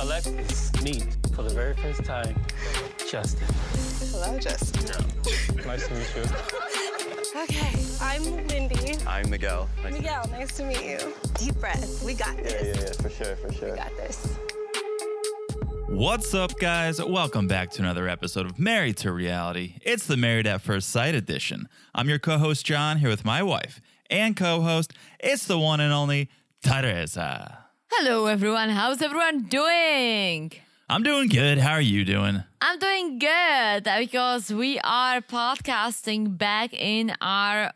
Alexis meet for the very first time Justin. Hello, Justin. Nice to meet you. Okay, I'm Lindy. I'm Miguel. Nice Miguel, nice to meet you. Deep breath. We got this. yeah, for sure, for sure. We got this. What's up, guys? Welcome back to another episode of Married to Reality. It's the Married at First Sight edition. I'm your co host, John, here with my wife and co host. It's the one and only Teresa. Hello, everyone. How's everyone doing? I'm doing good. How are you doing? I'm doing good because we are podcasting back in our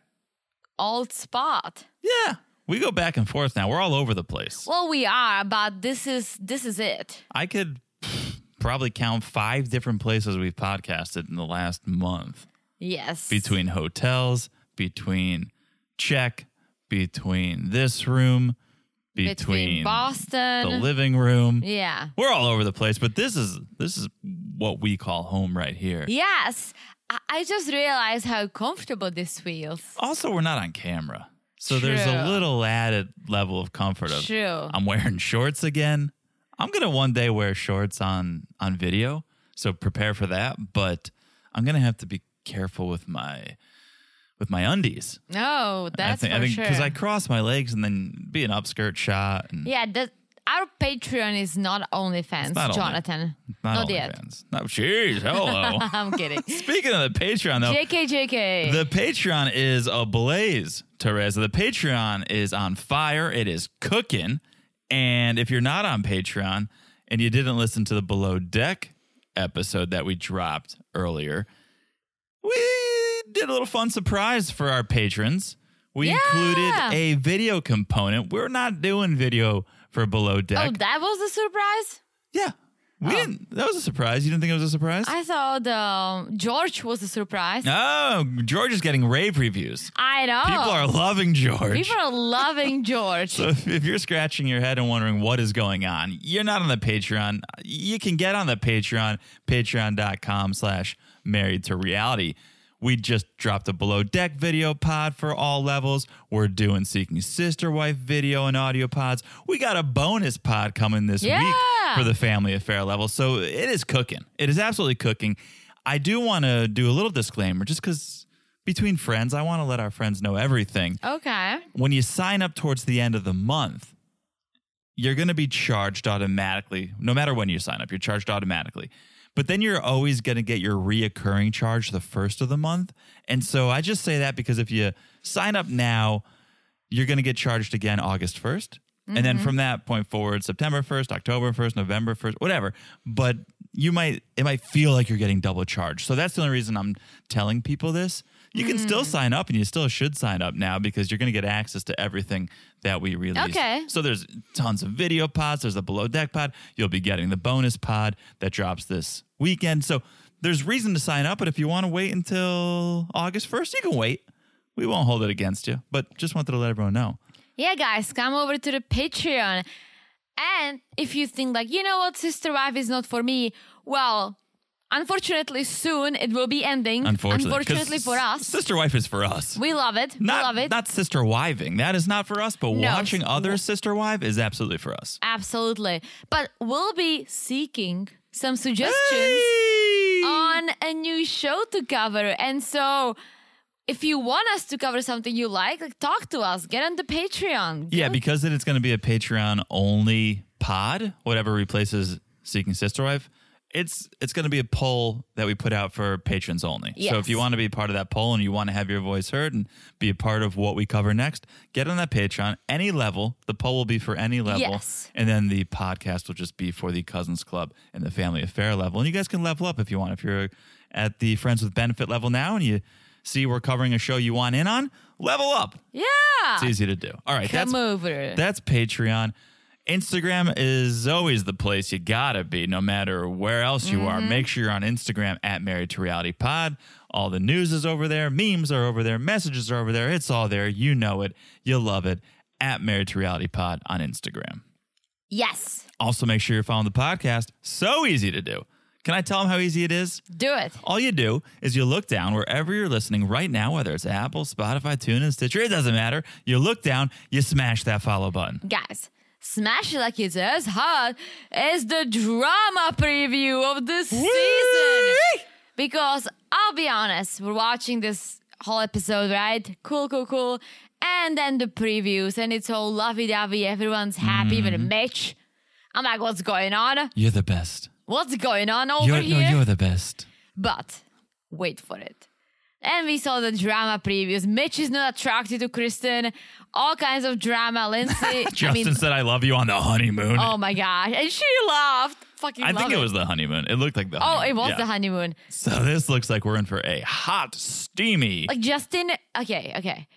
old spot. Yeah. We go back and forth now. We're all over the place. Well, we are, but this is this is it. I could pff, probably count five different places we've podcasted in the last month Yes. between hotels, between check, between this room, between, between Boston. the living room. uh, yeah. We're all over the place, but this is this is what we call home right here. Yes. I, I just realized how comfortable this feels. Also, we're not on camera. So there's a True. little added level of comfort of True. I'm wearing shorts again. I'm gonna one day wear shorts on on video, so prepare for that. But I'm gonna have to be careful with my with my undies. No, that's I think for I think sure. because I cross my legs and then be an upskirt shot and yeah, that our Patreon is not OnlyFans, not only- Jonathan. not, not only yet. fans. No, jeez, hello. I'm kidding. Speaking of the Patreon though, JK, JK. The Patreon is ablaze, Teresa. The Patreon is on fire. It is cooking. And if you're not on Patreon and you didn't listen to the Below Deck episode that we dropped earlier, we did a little fun surprise for our patrons. We Yeah. included a video component. We're not doing video for Below Deck. oh, that was a surprise? yeah. We didn't. That was a surprise. You didn't think it was a surprise? I thought um, George was a surprise. oh, George is getting rave reviews. I know. People are loving George. Oh. People are loving George. So if, if you're scratching your head and wondering what is going on, you're not on the Patreon. You can get on the Patreon, patreon.com slash married to reality. We just dropped a below deck video pod for all levels. We're doing Seeking Sister Wife video and audio pods. We got a bonus pod coming this week Yeah. for the family affair level. So it is cooking. It is absolutely cooking. I do want to do a little disclaimer just because between friends, I want to let our friends know everything okay. when you sign up towards the end of the month, you're going to be charged automatically. No matter when you sign up, you're charged automatically. But then you're always going to get your reoccurring charge the first of the month. And so I just say that because if you sign up now, you're going to get charged again August 1st. And then from that point forward, September 1st, October 1st, November 1st, whatever. But you might, it might feel like you're getting double charged. So that's the only reason I'm telling people this. You can still sign up and you still should sign up now because you're going to get access to everything that we release. Okay. So there's tons of video pods, there's a below deck pod. You'll be getting the bonus pod that drops this weekend. So there's reason to sign up, but if you want to wait until August 1st, you can wait. We won't hold it against you, but just wanted to let everyone know. Yeah, guys, come over to the Patreon. And if you think, like, you know what, Sister Wife is not for me, well, unfortunately, soon it will be ending. Unfortunately, 'cause Unfortunately for us. sister wife is for us. we love it. not, we love it. Not sister wiving. That is not for us. But No. watching others sister wive is absolutely for us. Absolutely. But we'll be seeking some suggestions. Hey! on a new show to cover. And so if you want us to cover something you like, like talk to us. Get on the Patreon. Yeah, because then it's going to be a Patreon only pod, whatever replaces Seeking Sister Wife. It's it's going to be a poll that we put out for patrons only. So if Yes. you want to be part of that poll and you want to have your voice heard and be a part of what we cover next, get on that Patreon. Any level, the poll will be for any level, Yes. and then the podcast will just be for the Cousins Club and the Family Affair level. And you guys can level up if you want. If you're at the Friends with Benefit level now and you see we're covering a show you want in on, level up. Yeah. It's easy to do. All right, Come that's over. that's Patreon. Instagram is always the place you gotta be, no matter where else you are. Make sure you're on Instagram at Married to Reality Pod. All the news is over there, memes are over there, messages are over there. It's all there. You know it. You love it. At Married to Reality Pod on Instagram. yes. Also, make sure you're following the podcast. So easy to do. Can I tell them how easy it is? Do it. All you do is you look down wherever you're listening right now, whether it's Apple, Spotify, TuneIn, Stitcher, it doesn't matter. You look down, you smash that follow button. Guys, Smash It Like It's As Hot is the drama preview of the season. Because I'll be honest, we're watching this whole episode, right? Cool, cool, cool. And then the previews, and it's all lovey dovey. Everyone's happy, even Mitch. I'm like, what's going on? You're the best. What's going on over You're, here? no, you're the best. But wait for it. And we saw the drama previews. Mitch is not attracted to Kristen. All kinds of drama. Lindsay. I Justin mean, said, I love you on the honeymoon. oh my gosh. And she laughed. Fucking I love think it. was the honeymoon. It looked like the Oh, honeymoon. it was Yeah. the honeymoon. So this looks like we're in for a hot, steamy. Like Justin. Okay, okay.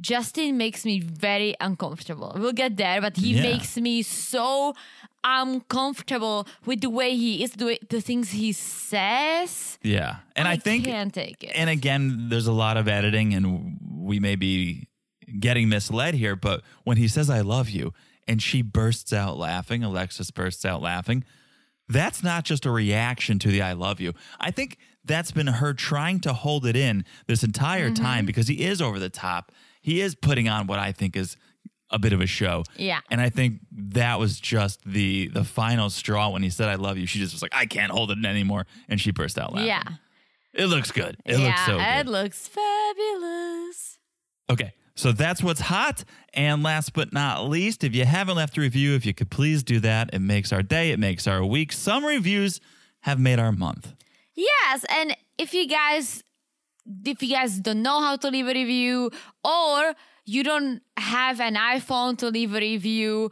Justin makes me very uncomfortable. We'll get there, but he Yeah. makes me so uncomfortable with the way he is doing the things he says. yeah. And I, think, can't take it. and again, there's a lot of editing and we may be getting misled here, but when he says, I love you, and she bursts out laughing, Alexis bursts out laughing, that's not just a reaction to the I love you. I think that's been her trying to hold it in this entire Mm-hmm. time because he is over the top. He is putting on what I think is a bit of a show. Yeah. And I think that was just the the final straw when he said I love you. She just was like, I can't hold it in anymore. And she burst out laughing. yeah. It looks good. It yeah. looks so good. It looks fabulous. Okay. So that's what's hot. And last but not least, if you haven't left a review, if you could please do that, it makes our day, it makes our week. Some reviews have made our month. Yes, and if you guys if you guys don't know how to leave a review or you don't have an iPhone to leave a review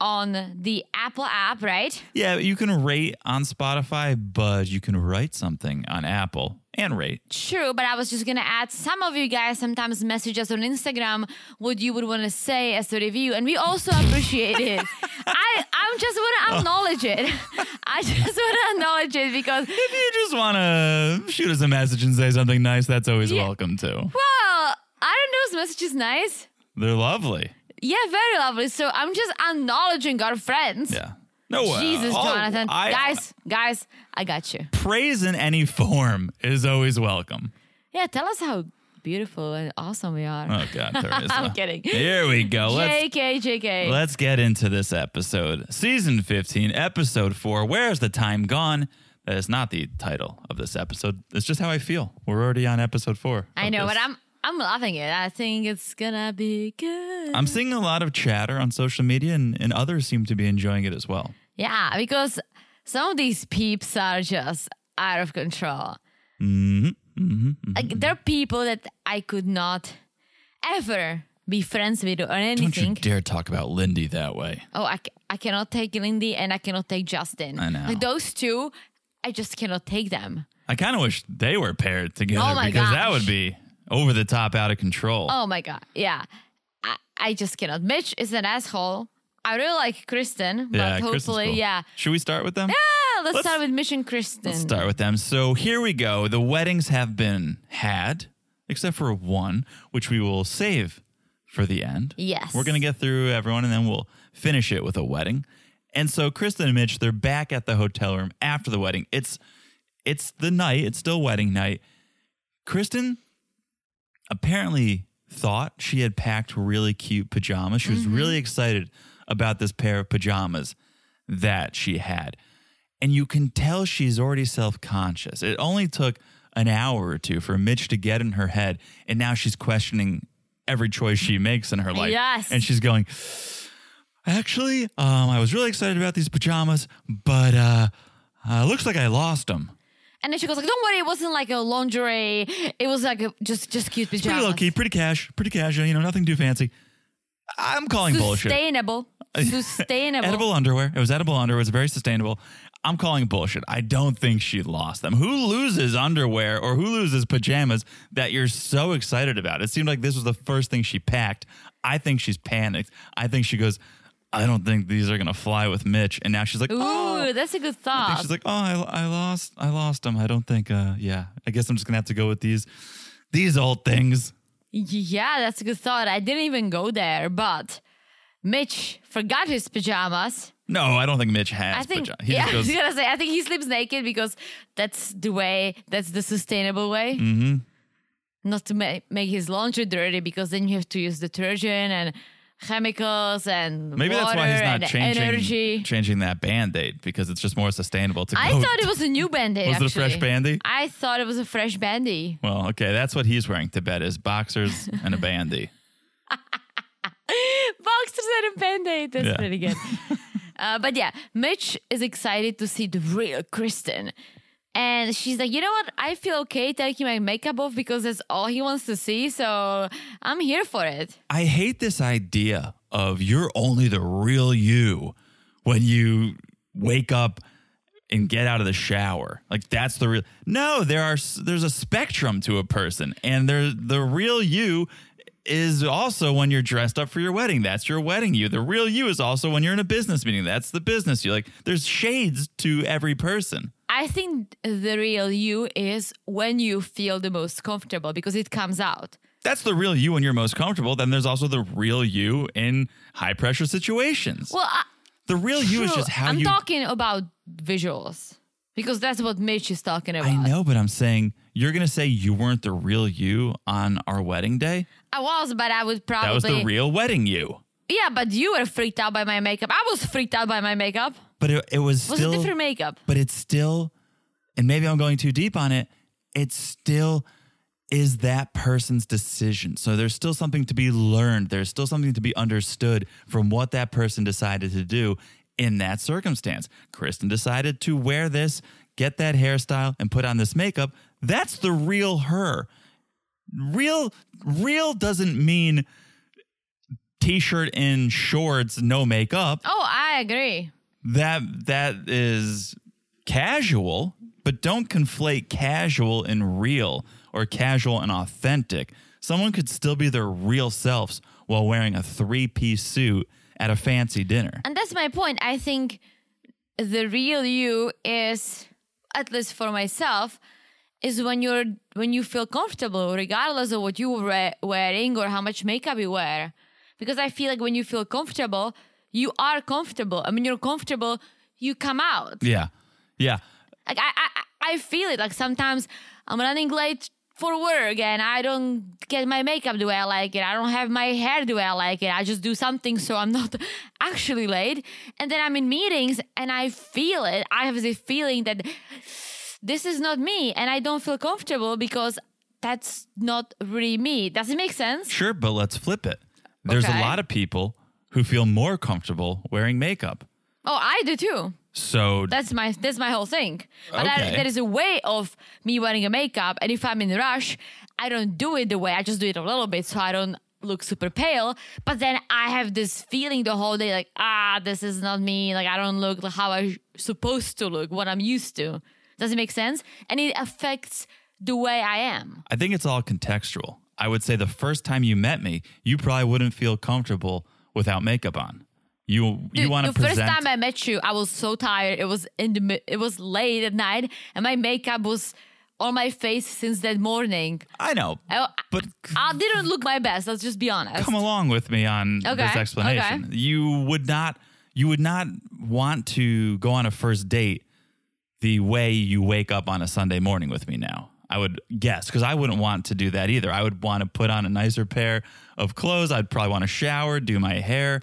on the Apple app, right? Yeah, you can rate on Spotify, but you can write something on Apple and rate. True, but I was just gonna add some of you guys sometimes message us on Instagram what you would wanna say as a review, and we also appreciate it. I I'm just Oh. wanna acknowledge it. I just wanna acknowledge it because If you just want to shoot us a message and say something nice, that's always Yeah. welcome too. well, I don't know if this message is nice. They're lovely. Yeah, very lovely. So I'm just acknowledging our friends. Yeah. No way. Jesus, Oh, Jonathan. I- guys, guys, I got you. praise in any form is always welcome. Yeah, tell us how beautiful and awesome we are. Oh God, there is. I'm a- kidding. Here we go. Let's JK, JK. Let's get into this episode. Season 15, episode 4, Where's the Time Gone? That is not the title of this episode. It's just how I feel. We're already on episode 4. I of know, this. but I'm I'm loving it. I think it's gonna be good. I'm seeing a lot of chatter on social media and, and others seem to be enjoying it as well. yeah, because some of these peeps are just out of control. Mm-hmm, Like they're people that I could not ever be friends with or Don't you anything. dare talk about Lindy that way. oh, I, ca- I cannot take Lindy and I cannot take Justin. I know. Like those two, I just cannot take them. I kind of wish they were paired together Oh my because that gosh. would be over the top out of control. Oh my God. Yeah. I, I just cannot. Mitch is an asshole. I really like Kristen, but yeah, Kristen's hopefully, cool. yeah. Should we start with them? Yeah, let's, Let's- start with Mission Kristen. Let's start with them. So here we go. The weddings have been had, except for one, which we will save for the end. Yes. We're going to get through everyone and then we'll finish it with a wedding. And so Kristen and Mitch, they're back at the hotel room after the wedding. It's it's the night, it's still wedding night. Kristen apparently thought she had packed really cute pajamas. She was really excited about this pair of pajamas that she had. And you can tell she's already self conscious. It only took an hour or two for Mitch to get in her head. And now she's questioning every choice she makes in her life. Yes. And she's going, Actually, um, I was really excited about these pajamas, but uh, uh, looks like I lost them. And then she goes like, "Don't worry, it wasn't like a lingerie. It was like a, just just cute pajamas. Pretty low key, pretty cash, pretty casual, you know, nothing too fancy. I'm calling bullshit. Sustainable, sustainable. Edible underwear. It was edible underwear. It was very sustainable. I'm calling bullshit. I don't think she lost them. Who loses underwear or who loses pajamas that you're so excited about? It seemed like this was the first thing she packed. I think she's panicked. I think she goes, I don't think these are going to fly with Mitch. And now she's like, Ooh, oh, that's a good I think thought. she's like, oh, I, I lost, I lost them. I don't think, uh, yeah. I guess I'm just gonna have to go with these, these old things. yeah, that's a good thought. I didn't even go there, but Mitch forgot his pajamas. No, I don't think Mitch has. I think, pajama- yeah, I just was goes, gonna say, I think he sleeps naked because that's the way, that's the sustainable way. Mm-hmm. Not to ma- make his laundry dirty because then you have to use detergent and chemicals and Maybe that's why water he's not and changing energy. changing that band aid because it's just more sustainable to I go. thought it was a new band-aid. Was it a fresh actually. Band-Aid? I thought it was a fresh band-aid. well, okay, that's what he's wearing to bed is boxers and a bandy. Boxers and a band-aid. That's Yeah. pretty good. uh, but yeah, Mitch is excited to see the real Kristen. And she's like, you know what? I feel okay taking my makeup off because that's all he wants to see. So I'm here for it. I hate this idea of you're only the real you when you wake up and get out of the shower. Like that's the real. No, there are s- there's a spectrum to a person, and there the real you is also when you're dressed up for your wedding. That's your wedding you. The real you is also when you're in a business meeting. That's the business you. Like there's shades to every person. I think the real you is when you feel the most comfortable because it comes out. That's the real you when you're most comfortable. Then there's also the real you in high pressure situations. Well, I, the real you is true. just how I'm you talking about visuals because that's what Mitch is talking about. I know, but I'm saying you're gonna say you weren't the real you on our wedding day. I was, Oh, but I would probably. That was the real wedding you. Yeah, but you were freaked out by my makeup. I was freaked out by my makeup. But it, it was It was still, a different makeup. but it's still, and maybe I'm going too deep on it. It still is that person's decision. So there's still something to be learned. There's still something to be understood from what that person decided to do in that circumstance. Kristen decided to wear this, get that hairstyle, and put on this makeup. That's the real her. real real doesn't mean t-shirt and shorts no makeup Oh, I agree. that that is casual but don't conflate casual and real or casual and authentic someone could still be their real selves while wearing a three-piece suit at a fancy dinner And that's my point. I think the real you is at least for myself is when you're when you feel comfortable regardless of what you were wearing or how much makeup you wear. Because I feel like when you feel comfortable, you are comfortable. I mean, you're comfortable, you come out. yeah yeah Like I, I, I feel it. Like sometimes I'm running late for work and I don't get my makeup the way I like it. I don't have my hair the way I like it. I just do something so I'm not actually late. And then I'm in meetings and I feel it. I have the feeling that this is not me and I don't feel comfortable because that's not really me. Does it make sense? Sure, but let's flip it. There's a Okay. lot of people who feel more comfortable wearing makeup. Oh, I do too. So That's my that's my whole thing. But I, Okay. there is a way of me wearing a makeup, and if I'm in a rush, I don't do it the way. I just do it a little bit so I don't look super pale. But then I have this feeling the whole day, like ah, this is not me. Like I don't look like how I'm supposed to look, what I'm used to. Does it make sense? And it affects the way I am. I think it's all contextual. I would say the first time you met me, you probably wouldn't feel comfortable without makeup on. You you Dude, want to the present first time I met you, I was so tired. It was in the mi- it was late at night, and my makeup was on my face since that morning. I know. Oh, I, But I didn't look my best. Let's just be honest. come along with me on Okay, this explanation. okay. You would not you would not want to go on a first date the way you wake up on a Sunday morning with me now. I would guess because I wouldn't want to do that either. I would want to put on a nicer pair of clothes. I'd probably want to shower, do my hair.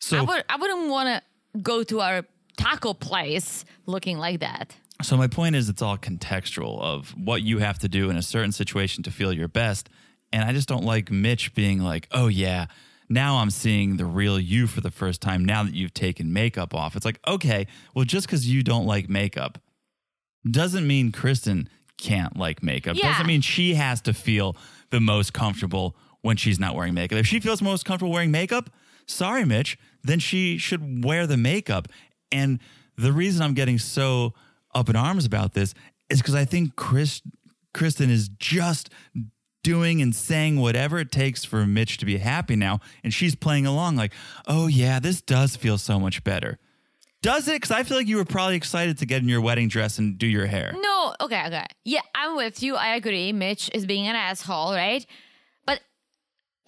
So I, would, I wouldn't want to go to our taco place looking like that. So my point is it's all contextual of what you have to do in a certain situation to feel your best. And I just don't like Mitch being like, "Oh yeah, now I'm seeing the real you for the first time now that you've taken makeup off." It's like, "Okay, well just cuz you don't like makeup doesn't mean Kristen can't like makeup. Yeah. Doesn't mean she has to feel the most comfortable when she's not wearing makeup. If she feels most comfortable wearing makeup, sorry, Mitch, then she should wear the makeup. And the reason I'm getting so up in arms about this is because I think Chris, Kristen is just doing and saying whatever it takes for Mitch to be happy now. And she's playing along, like, oh, yeah, this does feel so much better. Does it? Because I feel like you were probably excited to get in your wedding dress and do your hair. No, okay, okay. Yeah, I'm with you. I agree. Mitch is being an asshole, right? But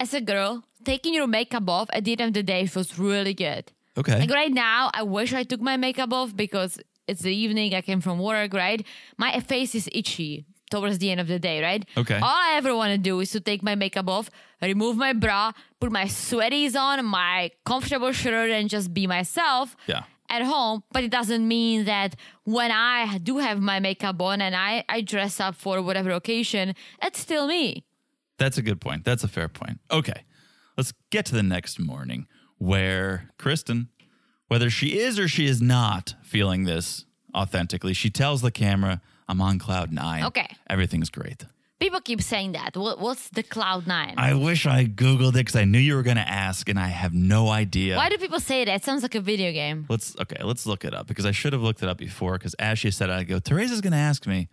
as a girl, taking your makeup off at the end of the day feels really good. Okay. Like right now, I wish I took my makeup off because it's the evening. I came from work, right? My face is itchy. towards the end of the day, right? Okay. All I ever want to do is to take my makeup off, remove my bra, put my sweaties on, my comfortable shirt, and just be myself Yeah. at home. But it doesn't mean that when I do have my makeup on and I, I dress up for whatever occasion, it's still me. That's a good point. That's a fair point. Okay. Let's get to the next morning where Kristen, whether she is or she is not feeling this authentically, she tells the camera, I'm on cloud nine. Okay. Everything's great. People keep saying that. What, what's the cloud nine? I wish I Googled it because I knew you were going to ask and I have no idea. Why do people say that? It sounds like a video game. Let's okay. Let's look it up because I should have looked it up before. Because as she said, it, I go. Teresa's going to ask me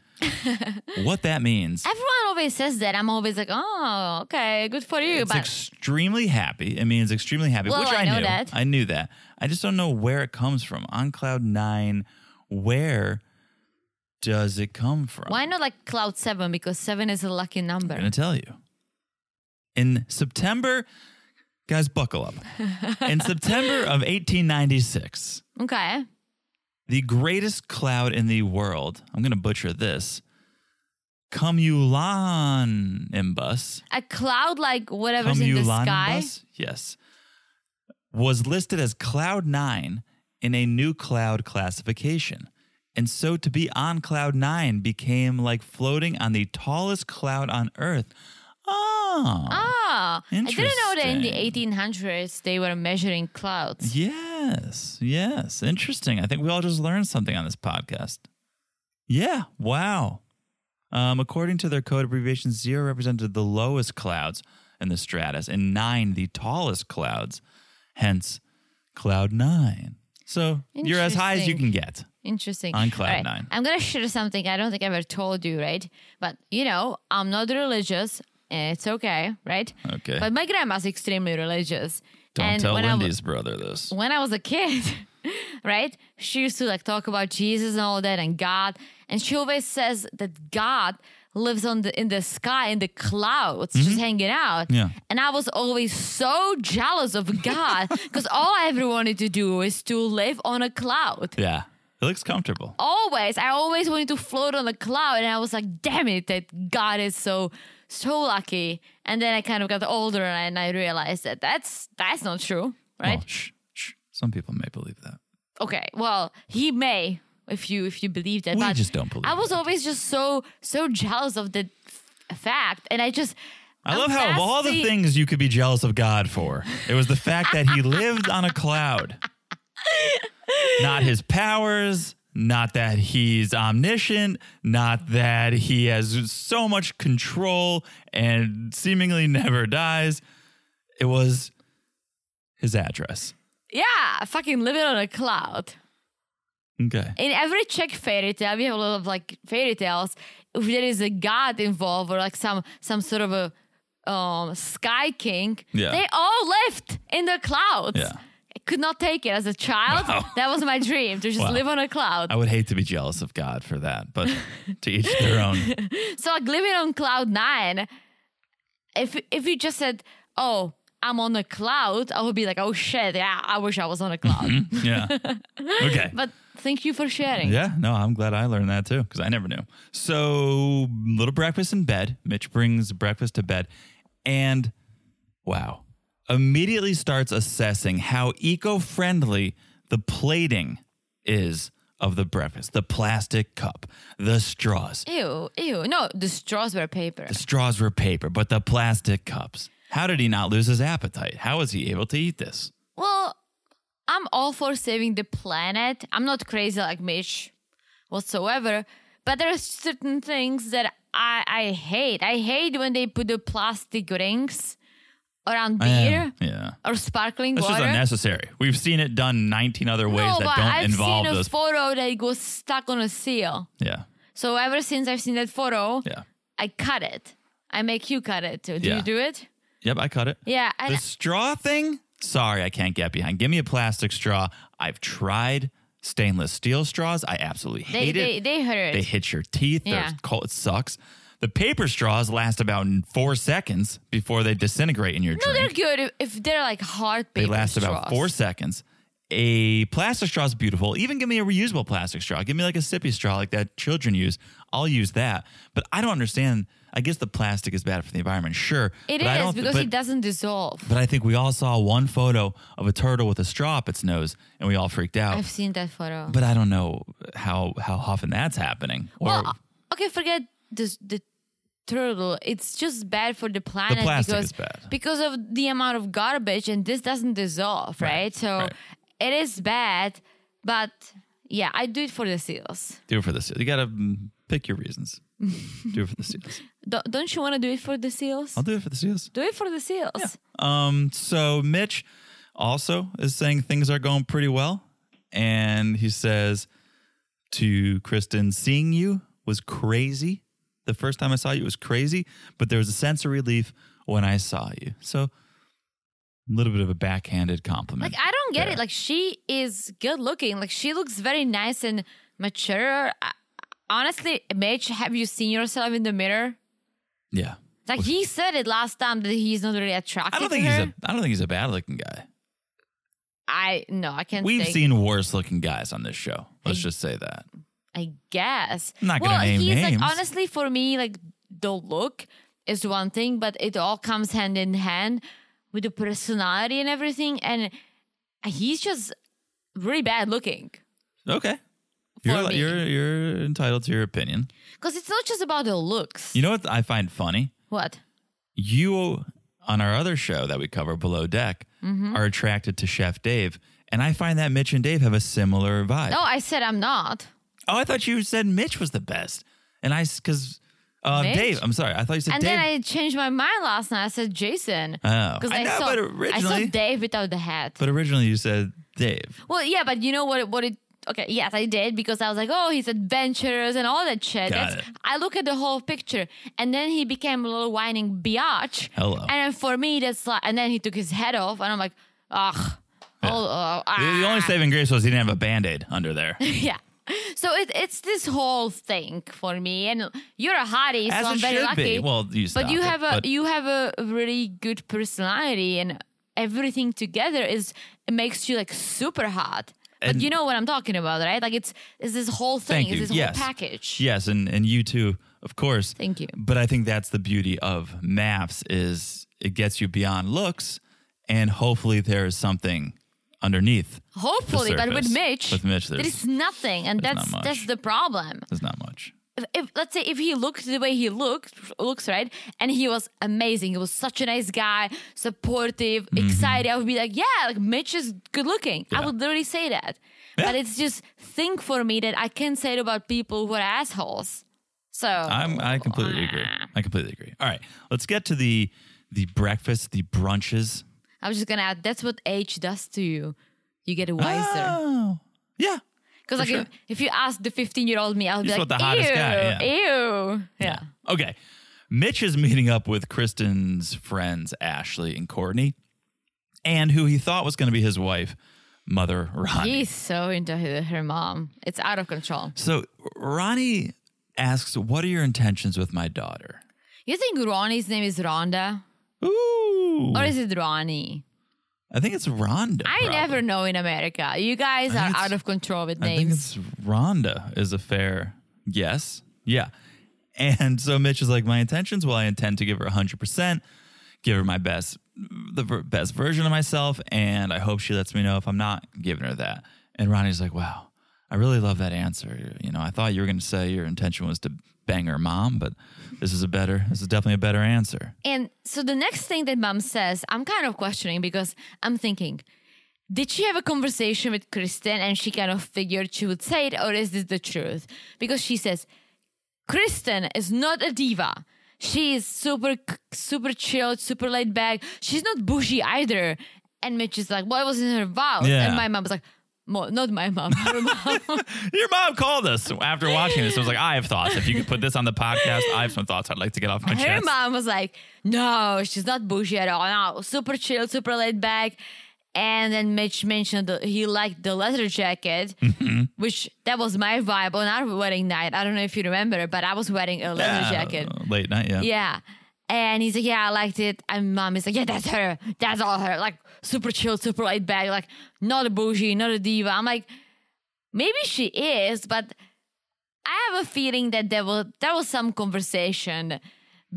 what that means. Everyone always says that. I'm always like, oh, okay, good for you. It's but extremely happy. It means extremely happy, Well, which I, I know knew. that. I knew that. I just don't know where it comes from. On cloud nine, where does it come from? why not like cloud seven? Because seven is a lucky number. I'm going to tell you. In September, guys, buckle up. In September of 1896, Okay. the greatest cloud in the world, I'm going to butcher this, Cumulonimbus. A cloud like whatever's in the sky. Cumulonimbus? Yes. Was listed as Cloud 9 in a new cloud classification. And so to be on Cloud 9 became like floating on the tallest cloud on Earth. Oh. Ah, I didn't know that in the Interesting. 1800s they were measuring clouds. Yes. Yes. Interesting. I think we all just learned something on this podcast. Yeah. Wow. Um, according to their code abbreviation, zero represented the lowest clouds in the stratus, and nine the tallest clouds, hence cloud nine. So you're as high as you can Interesting. get. Interesting. On cloud All right, nine. I'm gonna share something I don't think I ever told you, right? But you know, I'm not religious, and it's okay, right? Okay. But my grandma's extremely religious. Don't and tell when I w- Lindy's brother this. when I was a kid, right? She used to like talk about Jesus and all that and God, and she always says that God lives on the in the sky in the clouds, just hanging out. Yeah. And I was always so jealous of God because all I ever wanted to do is to live on a cloud. Yeah. It looks comfortable. Always, I always wanted to float on a cloud, and I was like, "Damn it, that God is so." So lucky, and then I kind of got older, and I realized that that's that's not true, right? Well, Oh, shh, shh. Some people may believe that. okay well he may if you if you believe that We but just don't believe i was that. always just so so jealous of the f- fact and i just I I'm love how of all the fascinated- things you could be jealous of God for, it was the fact that he lived on a cloud. Not his powers, not that he's omniscient, not that he has so much control and seemingly never dies. It was his address. yeah fucking living on a cloud Okay. in every Czech fairy tale, we have a lot of like fairy tales. If there is a god involved or like some some sort of a um, sky king, Yeah. they all lived in the clouds. Yeah. I could not take it as a child. Wow. That was my dream to just Wow. live on a cloud. I would hate to be jealous of God for that, but to each their own. So like living on cloud nine, if if you just said, "Oh, I'm on a cloud," I would be like, "Oh shit, yeah, I wish I was on a Mm-hmm. cloud." Yeah. Okay. But thank you for sharing. Yeah, no, I'm glad I learned that too because I never knew. So, little breakfast in bed. Mitch brings breakfast to bed and wow, immediately starts assessing how eco friendly the plating is of the breakfast the plastic cup, the straws. Ew, ew. No, the straws were paper. The straws were paper, but the plastic cups. How did he not lose his appetite? How was he able to eat this? Well, I'm all for saving the planet. I'm not crazy like Mitch whatsoever, but there are certain things that I, I hate. I hate when they put the plastic rings around beer Yeah. or sparkling This is water. unnecessary. We've seen it done 19 other ways no, that but don't I've involve seen a those. photo that it was stuck on a seal. yeah. So ever since I've seen that photo, Yeah. I cut it. I make you cut it too. Do Yeah. you do it? Yep, I cut it. Yeah. And The straw thing? Sorry, I can't get behind. Give me a plastic straw. I've tried stainless steel straws. I absolutely they, hate they, it. they hurt. They hit your teeth. They're Yeah. cold. It sucks. The paper straws last about four seconds before they disintegrate in your no, they're drink. good if, if they're like hard They paper last straws. about four seconds. a plastic straw is beautiful. Even give me a reusable plastic straw. Give me like a sippy straw like that children use. I'll use that. But I don't understand. I guess the plastic is bad for the environment. Sure. It but I is don't thi- because but- it doesn't dissolve. But I think we all saw one photo of a turtle with a straw up its nose and we all freaked out. I've seen that photo. but I don't know how how often that's happening. Or well, okay, forget this, the turtle. It's just bad for the planet plastic because is bad. because of the amount of garbage, and this doesn't dissolve, right? So right. it is bad, but yeah, I do it for the seals. do it for this. You gotta mm, pick your reasons. do it for the seals. Don't, don't you want to do it for the seals? I'll do it for the seals. do it for the seals. Um, so Mitch also is saying things are going pretty well. And he says to Kristen, seeing you was crazy. The first time I saw you, it was crazy, but there was a sense of relief when I saw you. So a little bit of a backhanded compliment. Like I don't get there. it. Like she is good looking. Like she looks very nice and mature. I, honestly, Mitch, have you seen yourself in the mirror? yeah. Like he said it last time that he's not really attracted. I don't to think her. he's a I don't think he's a bad looking guy. I no, I can't. We've say. seen worse looking guys on this show. Let's just say that. I guess. I'm not well, gonna name he's names. like honestly for me, like the look is one thing, but it all comes hand in hand with the personality and everything. And he's just really bad looking. Okay. For You're, me. you're you're entitled to your opinion. Because it's not just about the looks. You know what I find funny? what? you on our other show that we cover below deck Mm-hmm. are attracted to chef dave and i find that mitch and dave have a similar vibe No, Oh, I said I'm not. oh i thought you said mitch was the best and i because uh, Mitch? dave i'm sorry i thought you said And dave then I changed my mind last night. I said Jason. Oh. I know, saw, but I originally- saw Dave without the hat. but originally you said dave Well, yeah, but you know what? What it? Okay, yes, I did because I was like, oh, he's adventurous and all that shit. Got That's, it. I look at the whole picture, and then he became a little whining biatch. Hello. And for me, that's like, and then he took his head off, and I'm like, ugh. Oh, oh, The- the ah. only saving grace was he didn't have a band-aid under there yeah. So it, it's this whole thing for me, and you're a hottie, As so I'm it very should lucky. be. Well, you but stop you it, have a but- you have a really good personality, and everything together is it makes you like super hot. And- but you know what I'm talking about, right? Like it's it's this whole thing, Thank you. it's this yes. whole package. Yes, and and you too, of course. Thank you. But I think that's the beauty of maps is it gets you beyond looks, and hopefully there is something underneath. Hopefully, but with surface. Mitch, With Mitch, there there's- is nothing, and there's that's not much. that's the problem. There's not much. if, if let's say if he looked the way he looked looks right and he was amazing he was such a nice guy supportive excited i would be like yeah like mitch is good looking i Mm-hmm. Yeah. would literally say that but Yeah. it's just think for me that i can't say it about people who are assholes so I'm I completely agree. I completely agree. All right, let's get to the the breakfast, the brunches. i was just gonna add that's what age does to you you Ah, get wiser Oh, yeah. because like sure. if, if you ask the 15 year old me i would You be just like want the hottest ew guy, yeah. ew yeah, Okay. Mitch is meeting up with Kristen's friends, Ashley and Courtney, and who he thought was going to be his wife, Mother Ronnie. he's so into her her mom it's out of control So Ronnie asks, "What are your intentions with my daughter?" you think ronnie's name is rhonda Ooh, Or is it Ronnie? I think it's Rhonda. I probably. never know in America. You guys think are it's- out of control with I think names. it's Rhonda is a fair yes. Yeah. And so Mitch is like, my intentions. Well, I intend to give her 100%, give her my best, the ver- best version of myself. And I hope she lets me know if I'm not giving her that. And Ronnie's like, wow, I really love that answer. You know, I thought you were going to say your intention was to bang her mom, but this is a better, this is definitely a better answer. And so the next thing that mom says, I'm kind of questioning because I'm thinking, did she have a conversation with Kristen and she kind of figured she would say it, or is this the truth? Because she says, Kristen is not a diva. She is super, c- super chilled, super laid back. She's not bougie either. And Mitch is like, well, it was in her vows. Yeah. And my mom was like, "Mo- not my mom, her mom. Your mom called us after watching this. It was like, I have thoughts. If you could put this on the podcast, I have some thoughts I'd like to get off my her chest. mom was like, "No, she's not bougie at all. No, super chill, super laid back." And then Mitch mentioned that he liked the leather jacket, Mm-hmm. which that was my vibe on our wedding night. I don't know if you remember, but I was wearing a leather Yeah, jacket. Late night, yeah. Yeah. And he's like, yeah, I liked it. And mom is like, yeah, that's her. That's all her. Like, super chill, super laid back. Like, not a bougie, not a diva. I'm like, maybe she is, but I have a feeling that there was there was some conversation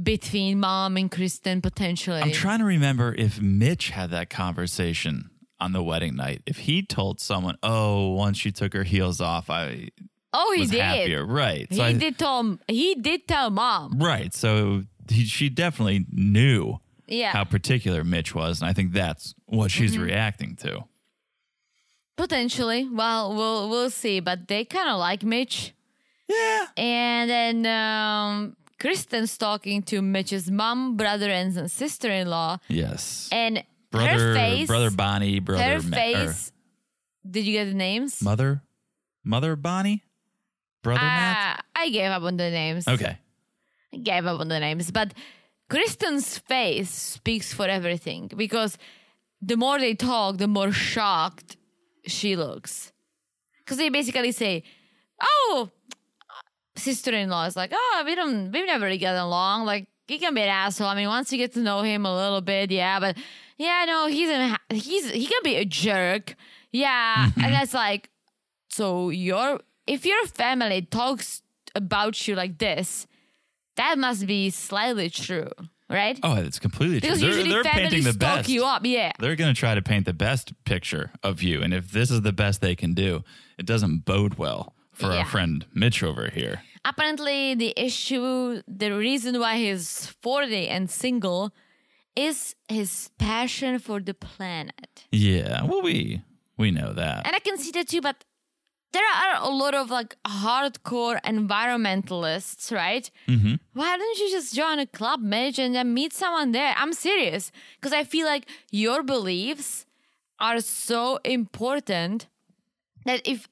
between mom and Kristen potentially. I'm trying to remember if Mitch had that conversation on the wedding night. If he told someone, "Oh, once she took her heels off, I oh, he was did. happier," right? He So I- did tell he did tell mom. right. So he, she definitely knew Yeah, Mm-hmm. how particular Mitch was, and I think that's what she's reacting to. potentially. Well, we'll we'll see. But they kind of like Mitch. Yeah, And then um, Kristen's talking to Mitch's mom, brother, and s- sister-in-law, yes. and brother, her face, brother Bonnie, brother her Ma- er, or face. Did you get the names? mother, mother Bonnie, brother Matt. Ah, I gave up on the names. Okay, gave up on the names, but Kristen's face speaks for everything because the more they talk, the more shocked she looks. Because they basically say, "Oh, sister-in-law is like, oh, we don't, we never really get along. Like, he can be an asshole. I mean, once you get to know him a little bit, yeah, but yeah, no, he's an, he's he can be a jerk, yeah." Mm-hmm. And that's like, so your if your family talks about you like this, that must be slightly true, right? oh, it's completely true. because They're, usually they're painting families the talk best. you up, yeah. They're going to try to paint the best picture of you, and if this is the best they can do, it doesn't bode well for Yeah. our friend Mitch over here. Apparently, the issue, the reason why he's 40 and single is his passion for the planet. Yeah, well, we we know that. And I can see that too, but there are a lot of like hardcore environmentalists, right? Mm-hmm. Why don't you just join a club, Mitch, and then meet someone there? I'm serious. Because I feel like your beliefs are so important that if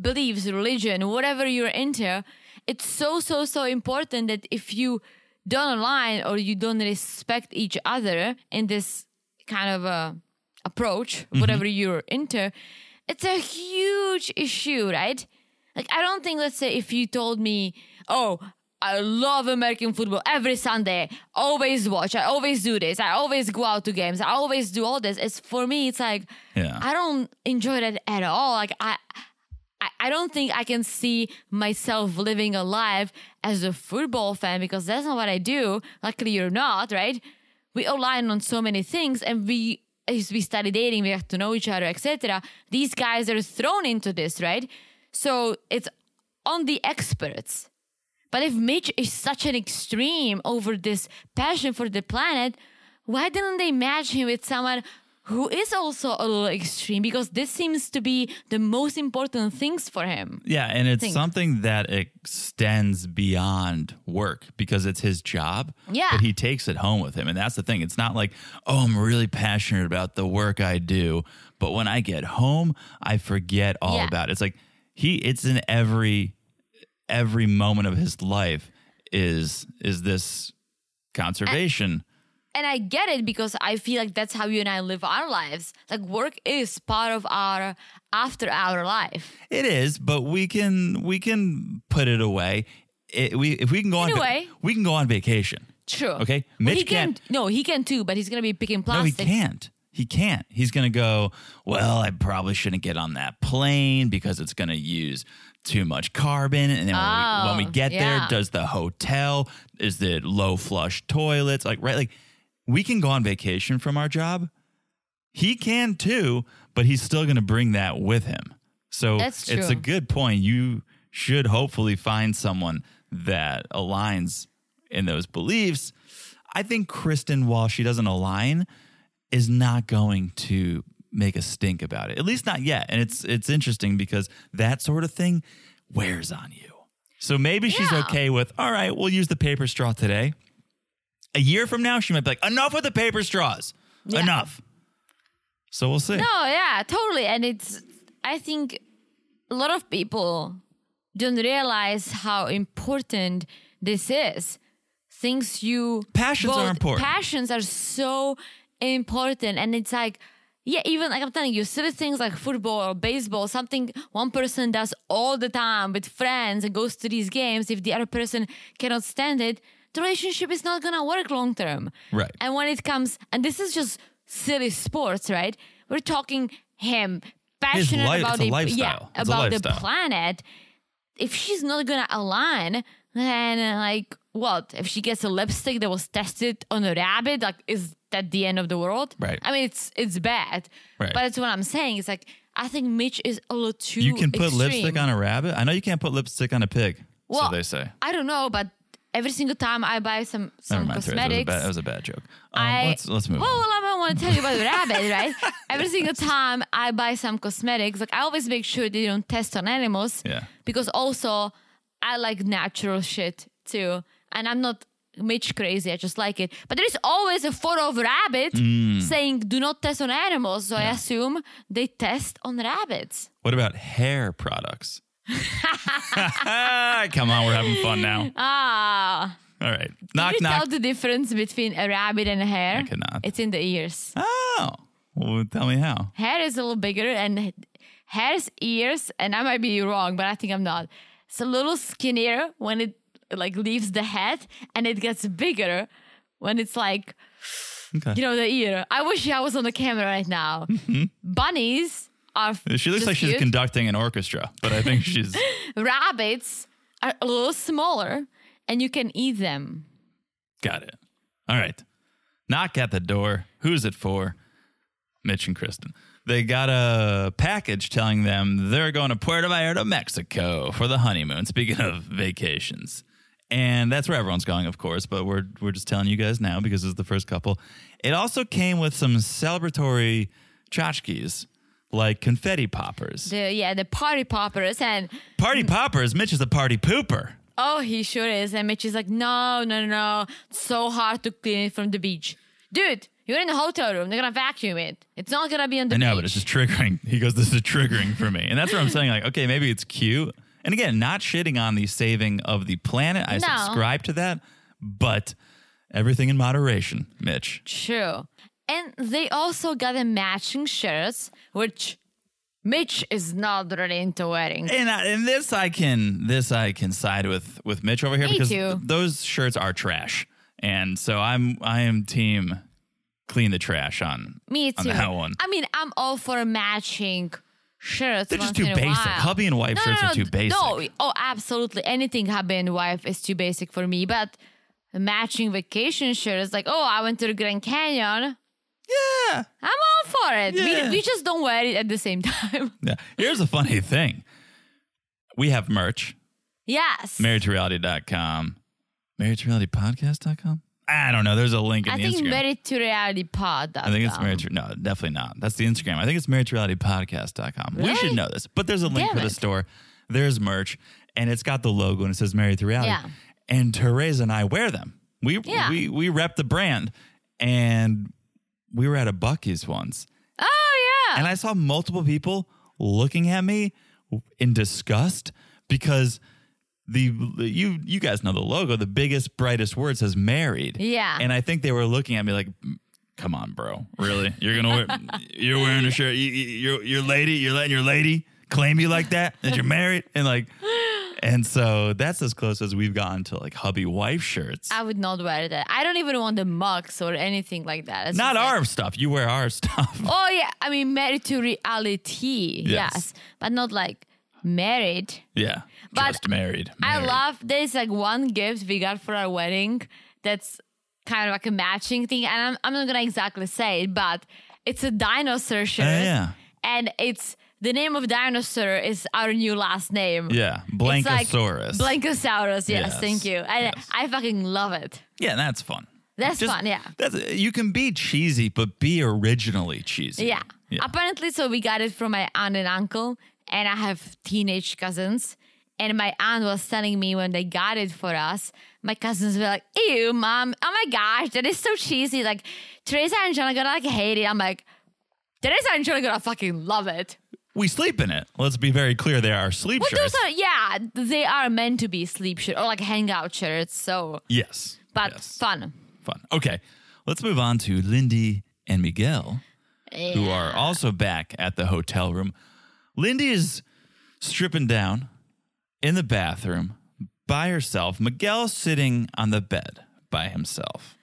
beliefs, religion, whatever you're into, it's so, so, so important that if you don't align or you don't respect each other in this kind of a approach, whatever you're into, it's a huge issue, right? Like, I don't think, let's say, if you told me, oh, I love American football every Sunday, always watch, I always do this, I always go out to games, I always do all this. It's for me, it's like, Yeah. I don't enjoy that at all. Like, I, I- I don't think I can see myself living a life as a football fan because that's not what I do. Luckily, you're not, right? We align on so many things, and we as we study dating, we have to know each other, etc. These guys are thrown into this, right? So it's on the experts. But if Mitch is such an extreme over this passion for the planet, why didn't they match him with someone who is also a little extreme? Because this seems to be the most important things for him. Yeah, and it's think. something that extends beyond work because it's his job. Yeah. But he takes it home with him. And that's the thing. It's not like, oh, I'm really passionate about the work I do, but when I get home, I forget all Yeah. about it. It's like he it's in every every moment of his life is is this conservation. And I get it because I feel like that's how you and I live our lives. Like work is part of our after our life. It is, but we can we can put it away. It, we if we can go on a va- way. we can go on vacation. True. Okay, Well, Mitch he can can't- no, he can too, but he's gonna be picking No, he plastic. can't. He can't. He's going to go, well, I probably shouldn't get on that plane because it's going to use too much carbon. And then when, Oh, we, when we get yeah. there, does the hotel, is the low flush toilets? Like, right? Like, we can go on vacation from our job. He can too, but he's still going to bring that with him. So That's it's true. a good point. You should hopefully find someone that aligns in those beliefs. I think Kristen, while she doesn't align, is not going to make a stink about it. At least not yet. And it's it's interesting because that sort of thing wears on you. So maybe she's Yeah. okay with, all right, we'll use the paper straw today. A year from now, she might be like, enough with the paper straws. Enough. So we'll see. No, yeah, totally. And it's, I think a lot of people don't realize how important this is. Things you Passions are important. Passions are so important, and it's like, yeah, even like I'm telling you, silly things like football or baseball, something one person does all the time with friends and goes to these games. If the other person cannot stand it, the relationship is not gonna work long term. Right. And when it comes, and this is just silly sports, right? We're talking him passionate life- about it's a the lifestyle. yeah It's a about the lifestyle. planet. If she's not gonna align, then like what? If she gets a lipstick that was tested on a rabbit, like is that the end of the world? Right. I mean, it's it's bad. Right. But that's what I'm saying. It's like I think Mitch is a little too. You can put extreme. lipstick on a rabbit. I know you can't put lipstick on a pig. Well, so they say. I don't know, but every single time I buy some Never some mind. Therese, cosmetics, That, was a bad, that was a bad joke. Um, I let's let's move. Well, on. well, I want to tell you about the rabbit, right? Every single time I buy some cosmetics, like I always make sure they don't test on animals. Yeah. Because also, I like natural shit too, and I'm not Mitch crazy. I just like it. But there is always a photo of rabbit Mm. saying "Do not test on animals," so I assume they test on rabbits. What about hair products? Come on, we're having fun now. Ah, All right. Can Knock you tell knock. the difference between a rabbit and a hare? I cannot. It's in the ears. oh. Well, tell me how. hair is a little bigger and hair's ears and i might be wrong but i think i'm not it's a little skinnier when it like leaves the head and it gets bigger when it's like Okay. Mm-hmm. you know the ear i wish i was on the camera right now bunnies are she looks just like she's cute. conducting an orchestra, but I think she's rabbits are a little smaller and you can eat them got it. All right. Knock at the door. Who's it for? Mitch and Kristen. They got a package telling them they're going to Puerto Vallarta, Mexico for the honeymoon. Speaking of vacations. And that's where everyone's going, of course, but we're we're just telling you guys now because it's the first couple. It also came with some celebratory tchotchkes, like confetti poppers. the yeah the party poppers and Party Hmm. poppers, Mitch is a party pooper. Oh, he sure is. And Mitch is like, no, no, no, no. It's so hard to clean it from the beach. Dude, you're in a hotel room. They're going to vacuum it. It's not going to be on the I know, beach. but it's just triggering. He goes, This is triggering for me. And that's where I'm saying, like, okay, maybe it's cute. And again, not shitting on the saving of the planet. I No. subscribe to that, but everything in moderation, Mitch. true. And they also got the matching shirts, which Mitch is not really into wearing. And I, and this I can this I can side with with Mitch over here Me because too. th- those shirts are trash. And so I'm I am team clean the trash on Me too. on that one. I mean, I'm all for matching shirts. They're just once too in a basic. while. Hubby and wife shirts are too basic. No, oh, absolutely. Anything hubby and wife is too basic for me. But matching vacation shirts, like, oh, I went to the Grand Canyon. Yeah. I'm all for it. Yeah. We, we just don't wear it at the same time. Yeah. Here's a funny thing. We have merch. yes. marriedtoreality.com. Marriedtorealitypodcast.com? I don't know. There's a link in I the think Instagram. married to reality pod. I think it's married to, no, definitely not. That's the Instagram. I think it's marriedtorealitypodcast.com. We Really? should know this. But there's a link Damn for the it. store. There's merch and it's got the logo and it says Married to Reality. Yeah. And Teresa and I wear them. We Yeah. we we rep the brand and we were at a Bucky's once Oh, yeah. and I saw multiple people looking at me in disgust because the you you guys know the logo, the biggest brightest word says married. Yeah. and I think they were looking at me like. "Mm, Come on, bro. Really? You're gonna wear? you're wearing a shirt. You, you, you're your lady. You're letting your lady claim you like that that you're married and like. And so that's as close as we've gotten to like hubby wife shirts. I would not wear that. I don't even want the mugs or anything like that. It's Not just like- our stuff. You wear our stuff. Oh yeah, I mean married to reality. Yes. Yes, but not like married. Yeah. But Just married. I Married. love there's like one gift we got for our wedding that's kind of like a matching thing, and I'm I'm not gonna exactly say it, but it's a dinosaur shirt. Oh, Uh, yeah. and it's the name of dinosaur is our new last name. Yeah. It's like Blankosaurus. Blankosaurus. Yes, Yes. thank you. And Yes. I fucking love it. Yeah, that's fun. That's fun, yeah. That's you can be cheesy, but be originally cheesy. Yeah. Apparently, so we got it from my aunt and uncle, and I have teenage cousins. And my aunt was telling me when they got it for us, my cousins were like, ew, mom, oh my gosh, that is so cheesy. Like, Teresa and John are gonna like hate it. I'm like, Teresa and John are gonna fucking love it. we sleep in it. Let's be very clear. There are sleep But shirts. those are, yeah, they are meant to be sleep shirts or like hangout shirts. So, yes, but yes. fun. fun. Okay, let's move on to Lindy and Miguel, who Yeah. are also back at the hotel room. Lindy is stripping down in the bathroom, by herself. Miguel's sitting on the bed by himself.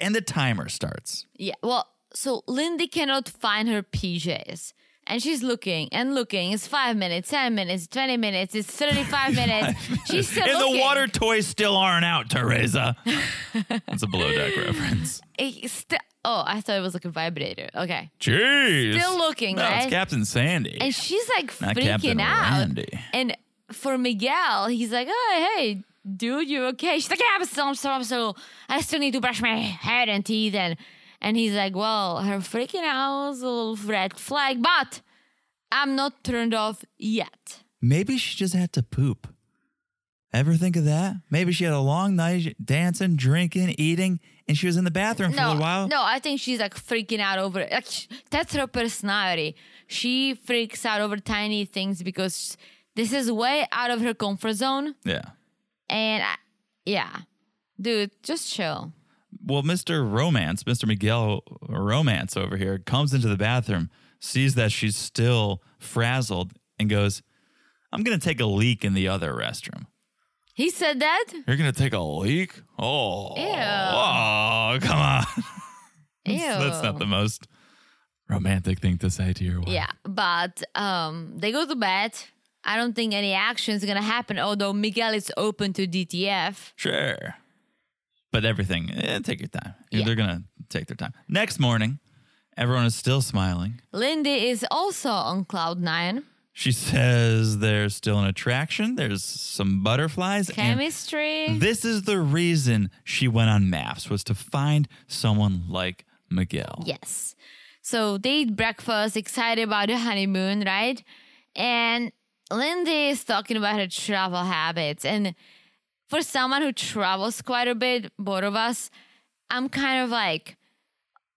And the timer starts. Yeah. Well, so Lindy cannot find her PJs. And she's looking and looking. It's five minutes, 10 minutes, 20 minutes, it's 35 minutes. She's still and looking. the water toys still aren't out, Teresa. That's a below deck reference. It's sti- oh, I thought it was like a vibrator. Okay. Jeez. Still looking, no, right? It's Captain Sandy. And she's like Not freaking Captain out. Randy. And for Miguel, he's like, oh, hey, dude, you okay? She's like, yeah, I'm still, I'm still, I'm still, I still need to brush my hair and teeth. And, and he's like, well, her freaking out is a little red flag, but I'm not turned off yet. Maybe she just had to poop. Ever think of that? Maybe she had a long night dancing, drinking, eating, and she was in the bathroom for a No, little while. no, I think she's like freaking out over it. Like, sh- that's her personality. She freaks out over tiny things because this is way out of her comfort zone. Yeah. And I, yeah, dude, just chill. Well, Mr. Romance, Mr. Miguel Romance over here comes into the bathroom, sees that she's still frazzled, and goes, I'm going to take a leak in the other restroom. He said that? You're going to take a leak? Oh. Ew. Oh, come on. Ew. That's not the most romantic thing to say to your wife. Yeah, but um, they go to bed. I don't think any action is gonna happen. Although Miguel is open to DTF. Sure. But everything, eh, take your time. Yeah. They're going to take their time. Next morning, everyone is still smiling. Lindy is also on cloud nine. She says there's still an attraction, there's some butterflies. and Chemistry. this is the reason she went on MAPS, was to find someone like Miguel. Yes. So they eat breakfast, excited about the honeymoon, right? And Lindy is talking about her travel habits. And for someone who travels quite a bit, both of us, I'm kind of like,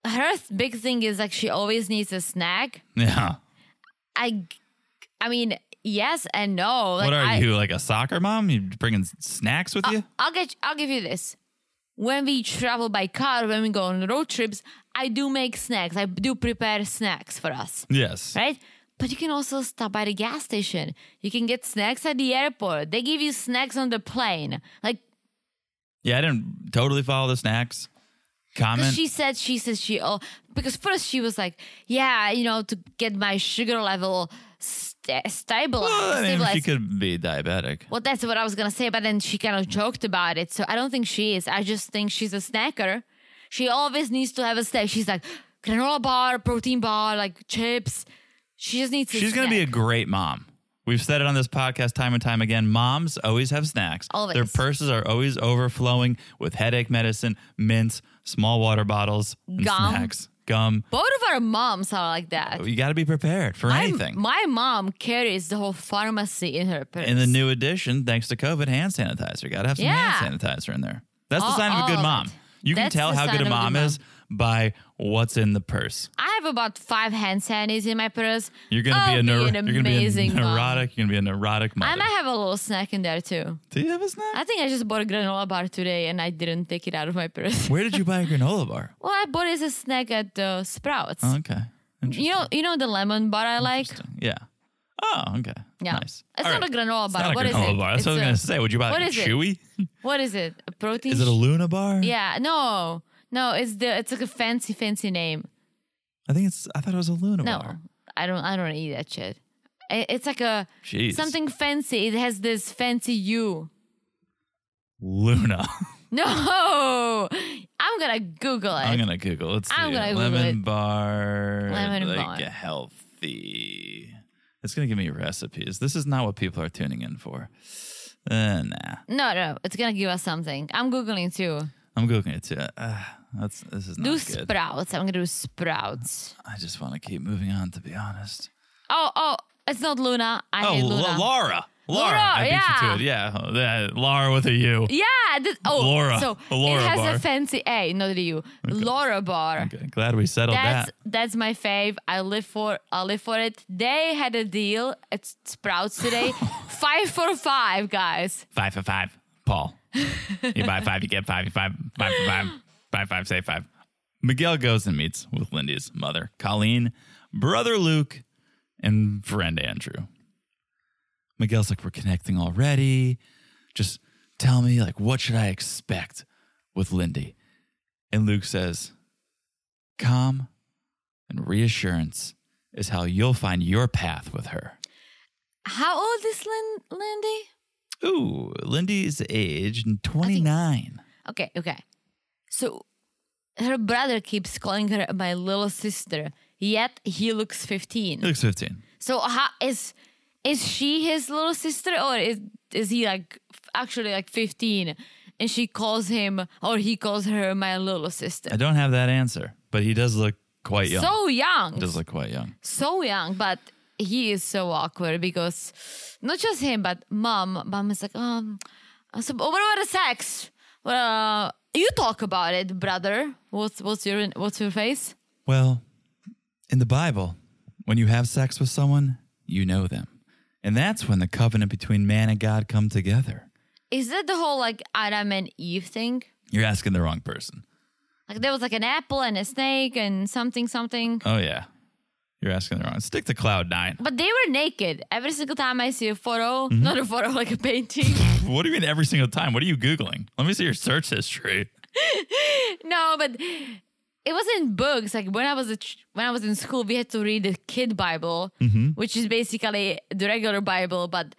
her th- big thing is like she always needs a snack. Yeah. I, g- I mean, yes and no. Like what are I, Uh, you, like a soccer mom? You bringing snacks with you? I'll get. I'll give you this. When we travel by car, when we go on road trips, I do make snacks. I do prepare snacks for us. Yes. right? But you can also stop by the gas station. You can get snacks at the airport. They give you snacks on the plane. Like 'cause Yeah, I didn't totally follow the snacks comment. she said, she says she oh because first she was like, yeah, you know, to get my sugar level st- stabilized. well, I mean, she stabilized." could be diabetic. well, that's what I was gonna say, but then she kind of joked about it. So I don't think she is. I just think she's a snacker. She always needs to have a snack. She's like granola bar, protein bar, like chips. She just needs. She's going to be a great mom. We've said it on this podcast time and time again. Moms always have snacks. Always. Their purses are always overflowing with headache medicine, mints, small water bottles, and Gum. snacks, gum. Both of our moms are like that. You got to be prepared for My- anything. My mom carries the whole pharmacy in her purse. In the new edition, thanks to COVID, hand sanitizer. Got to have some Yeah. hand sanitizer in there. That's the All- sign of all a good of mom. it. You That's can tell the how good sign a of a good mom mom. is by what's in the purse. I have about five hand sanities in my purse. You're gonna I'll be a neuro- an you're gonna be a amazing mom. neurotic. You're gonna be a neurotic mother. I might have a little snack in there too. Do you have a snack? I think I just bought a granola bar today and I didn't take it out of my purse. Where did you buy a granola bar? Well, I bought it as a snack at the Sprouts. Okay. Interesting. you know, you know the lemon bar I like. Yeah. Oh, okay. Yeah. Nice. It's All not right. a granola It's bar. not a What is granola it? bar. That's It's what I was a- going to say. Would you buy what like is a it? chewy? What is it? A protein? Is it a sh- Luna bar? yeah. No. No. It's the. It's like a fancy, fancy name. I think it's, I thought it was a Luna No, bar. I don't. I don't eat that shit. I- It's like a Jeez. something fancy. It has this fancy U. Luna. No, I'm gonna Google it. I'm going to Google. Let's see. I'm gonna Google Lemon it. bar. Lemon bar. like healthy. It's going to give me recipes. This is not what people are tuning in for. Uh, nah. no, no, it's gonna give us something. I'm googling too. I'm Googling it too. Uh, that's, this is not Do good. sprouts. I'm gonna do sprouts. I just want to keep moving on, to be honest. Oh, oh, it's not Luna. I Oh, hate La- Luna. Laura. Laura. Laura, I beat you yeah. to it. Yeah. Oh, that- Laura with a U. yeah, this, oh, Laura. so A Laura it has bar. a fancy A, not the U. Laura bar. Okay, glad we settled That's that. that's my fave. I live for I live for it. They had a deal at Sprouts today, five for five, guys. Five for five, Paul. you buy five, you get five. You five, five for five, buy five, save five. Miguel goes and meets with Lindy's mother, Colleen, brother Luke, and friend Andrew. Miguel's like, we're connecting already. Just tell me, like, what should I expect with Lindy? And Luke says, calm and reassurance is how you'll find your path with her. How old is Lin- Lindy? Ooh, Lindy's age 29. Okay, okay. So her brother keeps calling her my little sister, yet he looks 15. Luke's 15. So how is is she his little sister or is is he like f- actually like 15 and she calls him or he calls her my little sister? I don't have that answer, but he does look quite young. So young. does look quite young. so young, but he is so awkward because not just him, but mom. Mom is like, um, so what about the sex? Well, uh, you talk about it, brother. What's what's your what's your face? Well, in the Bible, when you have sex with someone, you know them. And that's when the covenant between man and God come together. Is that the whole like Adam and Eve thing? You're asking the wrong person. Like there was like an apple and a snake and something something. Oh yeah. You're asking the wrong. Stick to cloud 9. But they were naked. Every single time I see a photo, not a photo, like a painting. What do you mean every single time? What are you googling? Let me see your search history. No, but it was in books. Like when I was a ch- when I was in school, we had to read the kid Bible, Mm-hmm. which is basically the regular Bible, but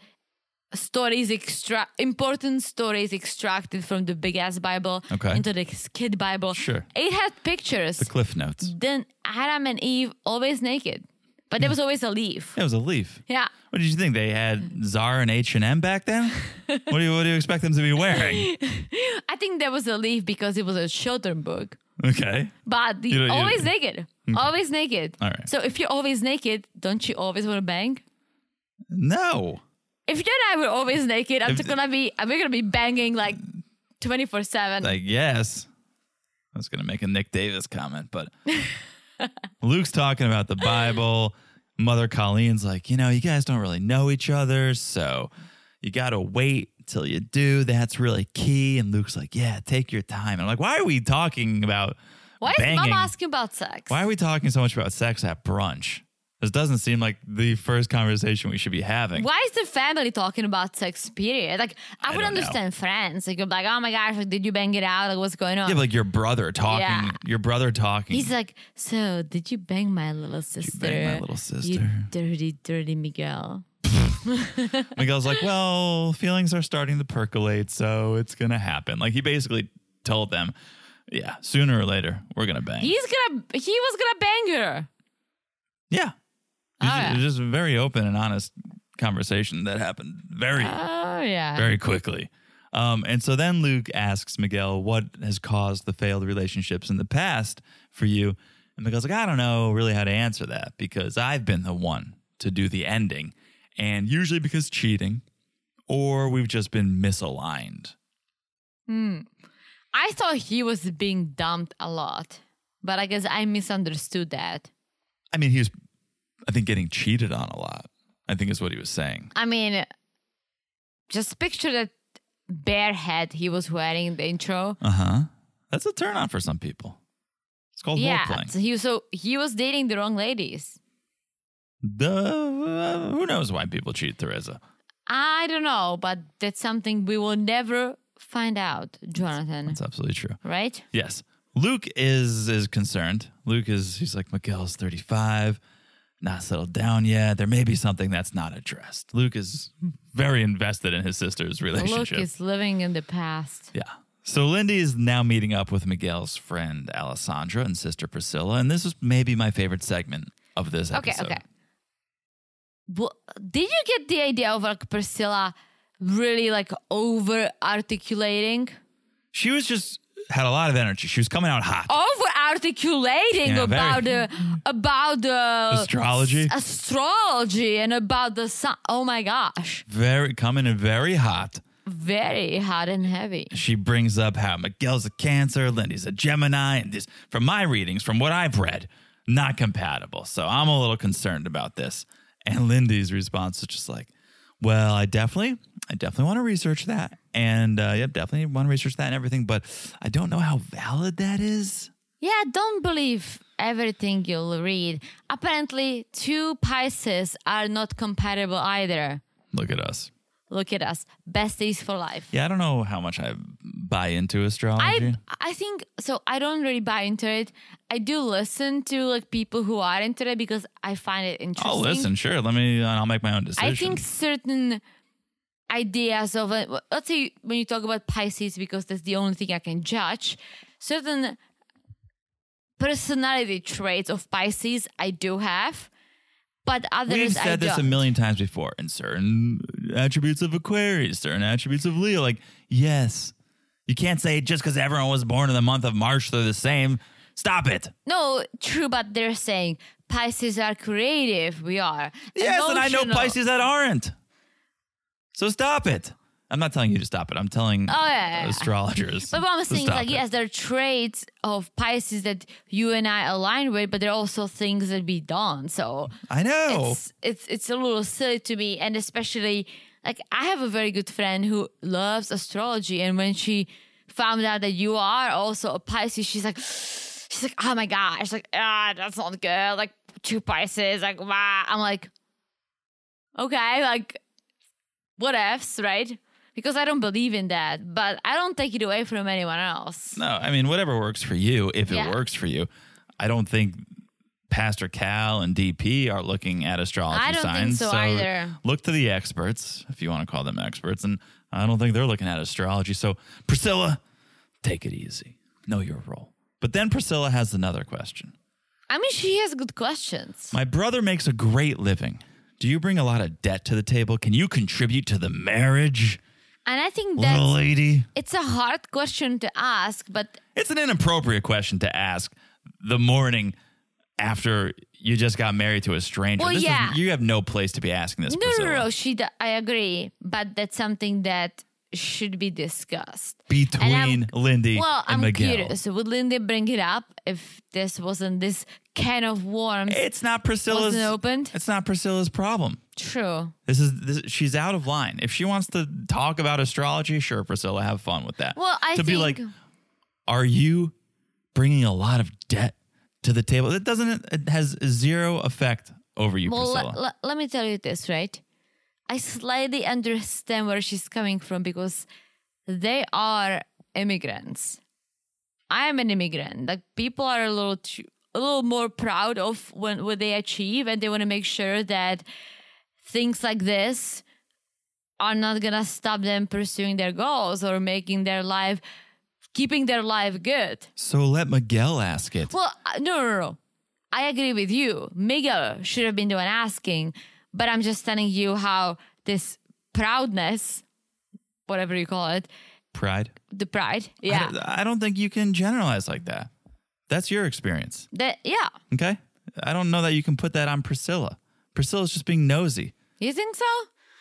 stories extra important stories extracted from the big ass Bible Okay. into the kid Bible. Sure. it had pictures. The cliff notes. then Adam and Eve always naked, but there was always a leaf. It was a leaf. Yeah. What did you think? They had Zara and H&M back then? what, do you, what do you expect them to be wearing? I think there was a leaf because it was a children book. Okay. But You don't- you always don't- naked. Always naked. All right. So if you're always naked, don't you always want to bang? No. If you and I were always naked, I'm If- just gonna be we're gonna be banging like twenty four seven. I guess. I was going to make a Nick Davis comment, but Luke's talking about the Bible. Mother Colleen's like, you know, you guys don't really know each other. So you got to wait till you do. That's really key. And Luke's like, yeah, take your time. And I'm like, why are we talking about Why is mom banging? asking about sex? Why are we talking so much about sex at brunch? This doesn't seem like the first conversation we should be having. Why is the family talking about sex? Period. Like I, I would don't know. understand friends. Like you're like, oh my gosh, like did you bang it out? Like what's going on? Yeah, but like your brother talking, Yeah. your brother talking. He's like, so did you bang my little sister? bang my little You sister?" dirty, dirty Miguel. Miguel's like, well, feelings are starting to percolate, so it's gonna happen. Like he basically told them, yeah, sooner or later we're gonna bang. He's gonna. He was gonna bang her. yeah, It's Oh, ju- yeah. it's just a very open and honest conversation that happened very, Oh yeah. very quickly. Um, and so then Luke asks Miguel what has caused the failed relationships in the past for you, and Miguel's like, I don't know really how to answer that because I've been the one to do the ending, and usually because cheating, or we've just been misaligned. I thought he was being dumped a lot, but I guess I misunderstood that. I mean, he was, I think, getting cheated on a lot. I think is what he was saying. I mean, just picture that bare head he was wearing in the intro. Uh huh. That's a turn on for some people. It's called role yeah, playing. so he was so he was dating the wrong ladies. Duh, who knows why people cheat, Teresa? I don't know, but that's something we will never find out, Jonathan. That's absolutely true. Right? Yes. Luke is is concerned. Luke is he's like Miguel's 35, not settled down yet. There may be something that's not addressed. Luke is very invested in his sister's Luke relationship. is living in the past. Yeah. So Lindy is now meeting up with Miguel's friend Alessandra and sister Priscilla, and this is maybe my favorite segment of this Okay, episode. okay. Well, did you get the idea of like Priscilla really like over articulating? She was just had a lot of energy. She was coming out hot. over articulating Yeah, about very. the about the Astrology? s- astrology and about the sun. Oh my gosh, Very coming in very hot. very hot and heavy. She brings up how Miguel's a Cancer, Lindy's a Gemini, and this from my readings, from what I've read, not compatible. So I'm a little concerned about this. And Lindy's response is just like, "Well, I definitely, I definitely want to research that, and uh, yep, definitely want to research that and everything, but I don't know how valid that is." Yeah, don't believe everything you'll read. Apparently, two Pisces are not compatible either. Look at us. Look at us. Besties for life. Yeah, I don't know how much I buy into astrology. I I think so I don't really buy into it. I do listen to like people who are into it because I find it interesting. I'll listen, sure. Let me. I'll make my own decision. I think certain ideas of it, let's say when you talk about Pisces because that's the only thing I can judge. Certain personality traits of Pisces I do have, but others We've I said don't. this a million times before. And certain attributes of Aquarius, certain attributes of Leo, like yes, you can't say just because everyone was born in the month of March they're the same. Stop it. no, true, but they're saying Pisces are creative. We are. Yes, and I know emotional. Pisces that aren't. So stop it. I'm not telling you to stop it. I'm telling Oh, yeah, yeah, yeah. astrologers. But what I'm to saying is, stop like, it. yes, there are traits of Pisces that you and I align with, but there are also things that we don't. So I know. it's it's it's a little silly to me and especially like i have a very good friend who loves astrology and when she found out that you are also a pisces she's like she's like oh my gosh like ah that's not good like two pisces like wow i'm like okay like what ifs right because i don't believe in that but i don't take it away from anyone else No, I mean whatever works for you, if Yeah. it works for you. I don't think Pastor Cal and DP are looking at astrology I don't think signs. so either. Look to the experts, if you want to call them experts, and I don't think they're looking at astrology. So Priscilla, take it easy. Know your role. But then Priscilla has another question. i mean she has good questions My brother makes a great living. Do you bring a lot of debt to the table? Can you contribute to the marriage, and i think little that lady? it's a hard question to ask but It's an inappropriate question to ask the morning after you just got married to a stranger. Well, This is- yeah. you have no place to be asking this. No, no, Priscilla. no, no. She, d- I agree, but that's something that should be discussed. And I'm- Between Lindy well, and I'm Miguel. curious. Would Lindy bring it up if this wasn't this can of worms? It's not Priscilla's. Wasn't opened? It's not Priscilla's problem. True. This is this, she's out of line. If she wants to talk about astrology, sure, Priscilla, have fun with that. Well, I to think be like, are you bringing a lot of debt to the table? That doesn't. It has zero effect over you, Well, Priscilla. le- le- let me tell you this, right? I slightly understand where she's coming from because they are immigrants. I am an immigrant. Like people are a little too, a little more proud of when, what they achieve, and they want to make sure that things like this are not gonna stop them pursuing their goals or making their life, keeping their life good. so let Miguel ask it. Well, uh, no, no, no. I agree with you. Miguel should have been the one asking, but I'm just telling you how this proudness, whatever you call it, Pride. the pride, I yeah, don't- I don't think you can generalize like that. That's your experience. that, yeah. Okay. I don't know that you can put that on Priscilla. Priscilla's just being nosy. You think so?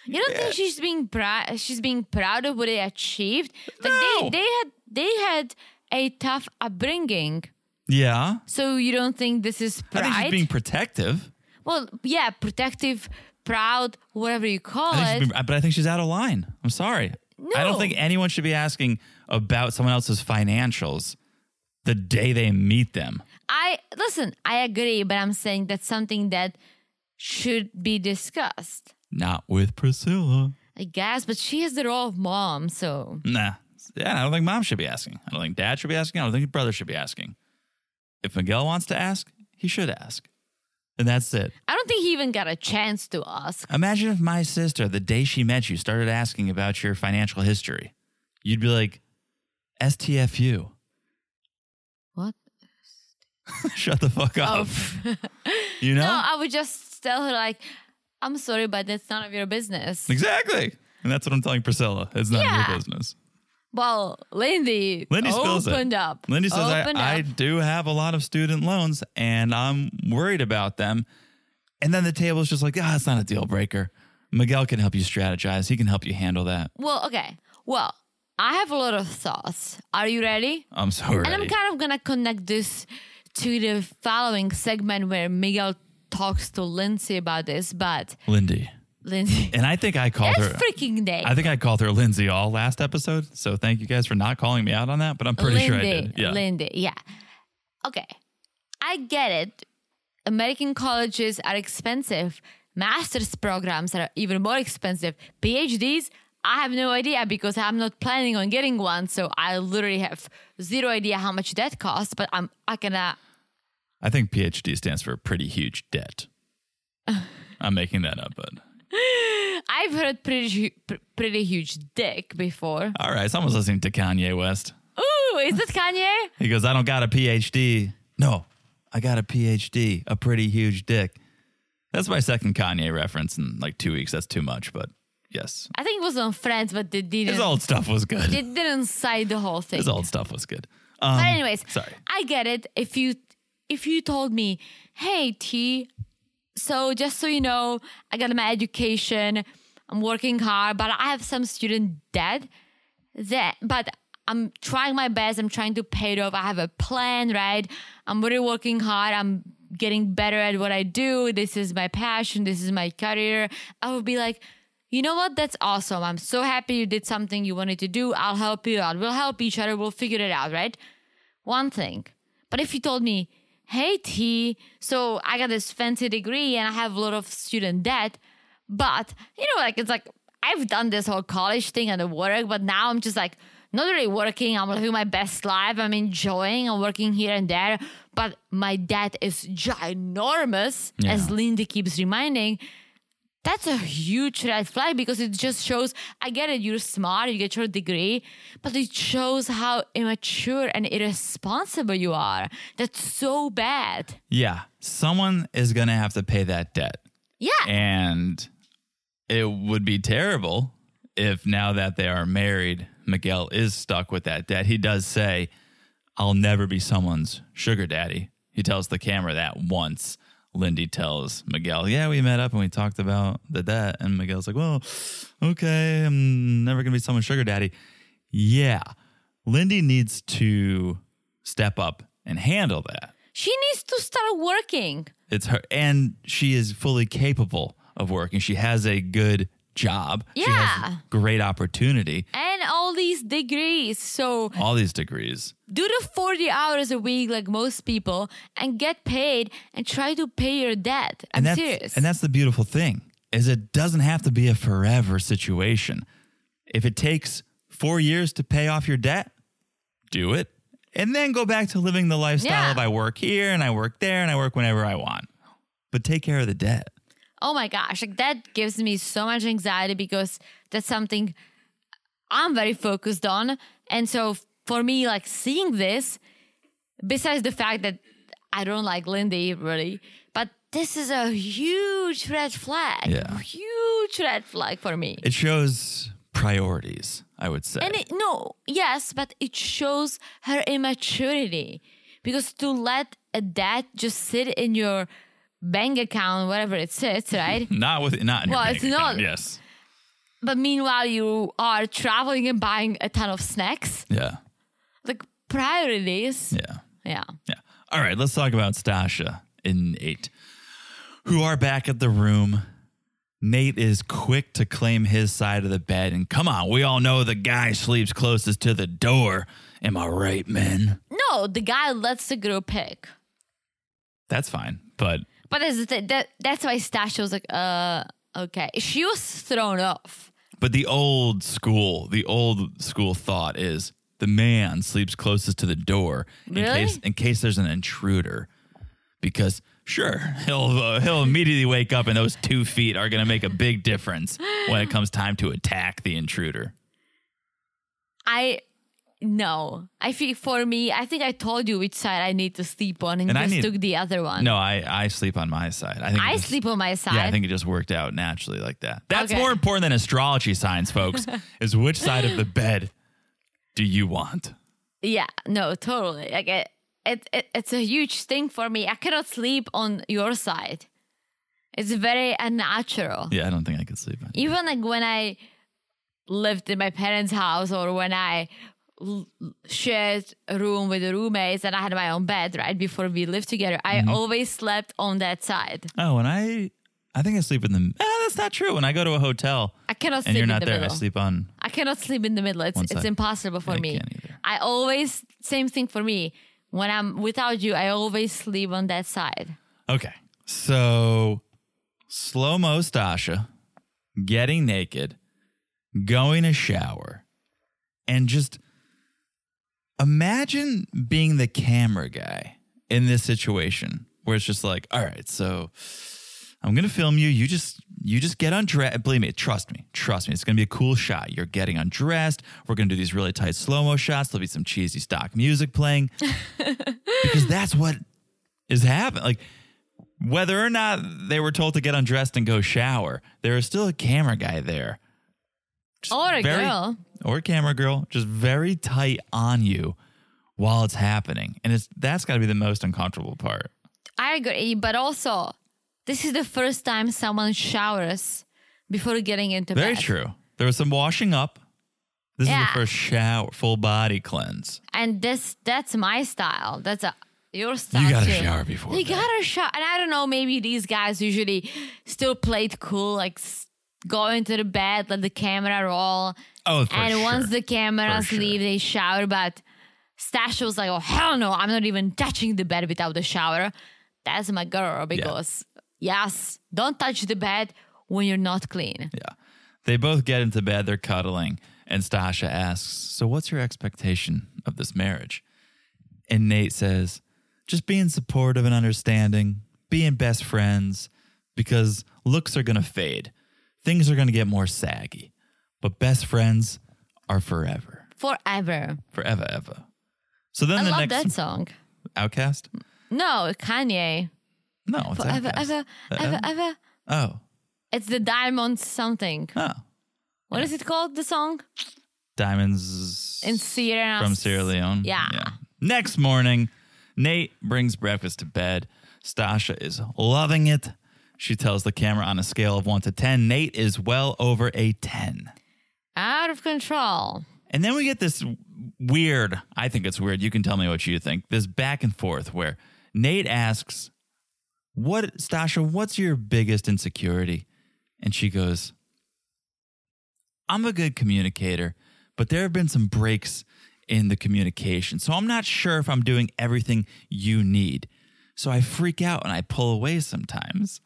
You don't think she's being proud? She's being proud of what they achieved. Like they, No. they had, they had a tough upbringing. Yeah. So you don't think this is I pride? think she's being protective. well, yeah, protective, proud, whatever you call I think it. she's being, but I think she's out of line. I'm sorry. I No. don't think anyone should be asking about someone else's financials the day they meet them. I listen, I agree, but I'm saying that's something that should be discussed. Not with Priscilla. I guess, but she has the role of mom, so Nah. Yeah, I don't think mom should be asking. I don't think dad should be asking. I don't think brother should be asking. If Miguel wants to ask, he should ask. And that's it. I don't think he even got a chance to ask. Imagine if my sister, the day she met you, started asking about your financial history. You'd be like, STFU. What? Oh, Shut the fuck up. You know? No, I would just tell her like, I'm sorry, but that's none of your business. exactly. And that's what I'm telling Priscilla. It's none of Yeah. your business. Well, Lindy, Lindy spills it. opened up. Lindy says, I, opened I up. do have a lot of student loans and I'm worried about them. And then the table's just like, ah, it's not a deal breaker. Miguel can help you strategize. He can help you handle that. Well, okay. Well, I have a lot of thoughts. Are you ready? I'm so ready. And I'm kind of gonna connect this to the following segment where Miguel talks to Lindsay about this, but Lindy. Lindsay And I think I called That's her. freaking day. I think I called her Lindsay all last episode. So thank you guys for not calling me out on that, but I'm pretty Lindy, sure I did. Yeah. Lindy, yeah. Okay. I get it. American colleges are expensive. master's programs are even more expensive. PhDs, I have no idea because I'm not planning on getting one. So I literally have zero idea how much that costs, but I'm I gonna I think PhD stands for pretty huge debt. I'm making that up, but I've heard pretty hu- pr- pretty huge dick before. all right. Someone's listening to Kanye West. Ooh, is it Kanye? He goes, I don't got a PhD. No, I got a PhD, a pretty huge dick. That's my second Kanye reference in like two weeks. That's too much, but yes. I think it was on Friends, but they His didn't. old stuff was they good. didn't cite the whole thing. His old stuff was good. Um, But anyways, sorry. I get it. If you if you told me, hey T, so just so you know, I got my education, I'm working hard, but I have some student debt. That but I'm trying my best. I'm trying to pay it off. I have a plan, right? I'm really working hard. I'm getting better at what I do. This is my passion. This is my career. I would be like, you know what? That's awesome. I'm so happy you did something you wanted to do. I'll help you out. We'll help each other. We'll figure it out, right? one thing. But if you told me, hey T, so I got this fancy degree and I have a lot of student debt, but you know, like it's like I've done this whole college thing and the work, but now I'm just like not really working. I'm living my best life. I'm enjoying. I'm working here and there, but my debt is ginormous, as Yeah. Lindy keeps reminding. That's a huge red flag because it just shows I get it, you're smart, you get your degree, but it shows how immature and irresponsible you are. That's so bad. Yeah, someone is going to have to pay that debt. Yeah. And it would be terrible if now that they are married, Miguel is stuck with that debt. He does say, I'll never be someone's sugar daddy. He tells the camera that once. Lindy tells Miguel, Yeah, we met up and we talked about the debt. And Miguel's like, Well, okay, I'm never going to be someone's sugar daddy. Yeah, Lindy needs to step up and handle that. she needs to start working. It's her, and she is fully capable of working. She has a good job. She has Yeah. great opportunity. And all these degrees. So All these degrees. do the 40 hours a week like most people and get paid and try to pay your debt. I'm and that's, serious. And that's the beautiful thing is it doesn't have to be a forever situation. If it takes four years to pay off your debt, do it. And then go back to living the lifestyle Yeah. of I work here and I work there and I work whenever I want. But take care of the debt. oh my gosh, like that gives me so much anxiety because that's something I'm very focused on. And so for me, like seeing this, besides the fact that I don't like Lindy really, but this is a huge red flag. Yeah. Huge red flag for me. It shows priorities, I would say. And it, no, yes, but it shows her immaturity because to let a dad just sit in your bank account, whatever it sits, right? not with not in your Well, bank it's not- account, yes. but meanwhile, you are traveling and buying a ton of snacks. Yeah. Like priorities. Yeah. Yeah. Yeah. All right, let's talk about Stasha and Nate, who are back at the room. Nate is quick to claim his side of the bed, and come on, we all know the guy sleeps closest to the door. Am I right, men? No, the guy lets the girl pick. That's fine, but But that's, the thing, that, that's why Stasha was like, uh, okay. She was thrown off. but the old school, the old school thought is the man sleeps closest to the door in Really? case in case there's an intruder, because sure he'll uh, he'll immediately wake up and those two feet are gonna make a big difference when it comes time to attack the intruder. I, no. I think for me, I think I told you which side I need to sleep on and, And I just need- took the other one. No, I I sleep on my side. I think it I just- sleep on my side. Yeah, I think it just worked out naturally like that. That's Okay. more important than astrology signs, folks. is which side of the bed do you want? Yeah, no, totally. Like it, it, it, it's a huge thing for me. I cannot sleep on your side. It's very unnatural. Yeah, I don't think I could sleep on. Even like when I lived in my parents' house or when I l- shared a room with the roommates and I had my own bed right before we lived together, I Mm-hmm. always slept on that side. Oh, and I, I think I sleep in the. Ah, that's not true. When I go to a hotel I cannot and sleep you're in not the there, I middle. sleep on. I cannot sleep in the middle. It's One it's side. impossible for I me. can't either. I always same thing for me. When I'm without you, I always sleep on that side. Okay, so slow mo Stasha getting naked, going a shower, and just imagine being the camera guy in this situation where it's just like, all right, so I'm gonna film you. You just you just get undressed. Believe me, trust me, trust me. It's gonna be a cool shot. You're getting undressed. We're gonna do these really tight slow mo shots. There'll be some cheesy stock music playing because that's what is happening. Like whether or not they were told to get undressed and go shower, there is still a camera guy there. Just Or a girl. or a camera girl, just very tight on you while it's happening, and it's that's got to be the most uncomfortable part. I agree, but also this is the first time someone showers before getting into Very bed. true. There was some washing up. This is Yeah. the first shower, full body cleanse. And this that's my style. That's a your style. gotta too. shower before You bed. gotta shower. And I don't know, maybe these guys usually still play it cool, like s- go into the bed, let the camera roll. Oh, for and sure. once the cameras For sure. leave, they shower. But Stasha was like, oh, hell no, I'm not even touching the bed without the shower. That's my girl because, yes, don't touch the bed when you're not clean. yeah, they both get into bed. They're cuddling, and Stasha asks, "So, what's your expectation of this marriage?" And Nate says, "Just being supportive and understanding, being best friends, because looks are gonna fade, things are gonna get more saggy, but best friends are forever, Forever. forever, ever." So then I the love next that song. outcast. No, Kanye. No, it's Forever, Outkast. ever, ever, Forever? ever. Oh, It's the diamond something. oh, What is it called? The song diamonds in Sierra from Sierra Leone. Yeah. Next morning, Nate brings breakfast to bed. Stasha is loving it. She tells the camera on a scale of one to ten, Nate is well over a ten. Out of control. And then we get this weird, I think it's weird. You can tell me what you think. This back and forth where Nate asks, What, Stasha, what's your biggest insecurity? And she goes, I'm a good communicator, but there have been some breaks in the communication. So I'm not sure if I'm doing everything you need. So I freak out and I pull away sometimes.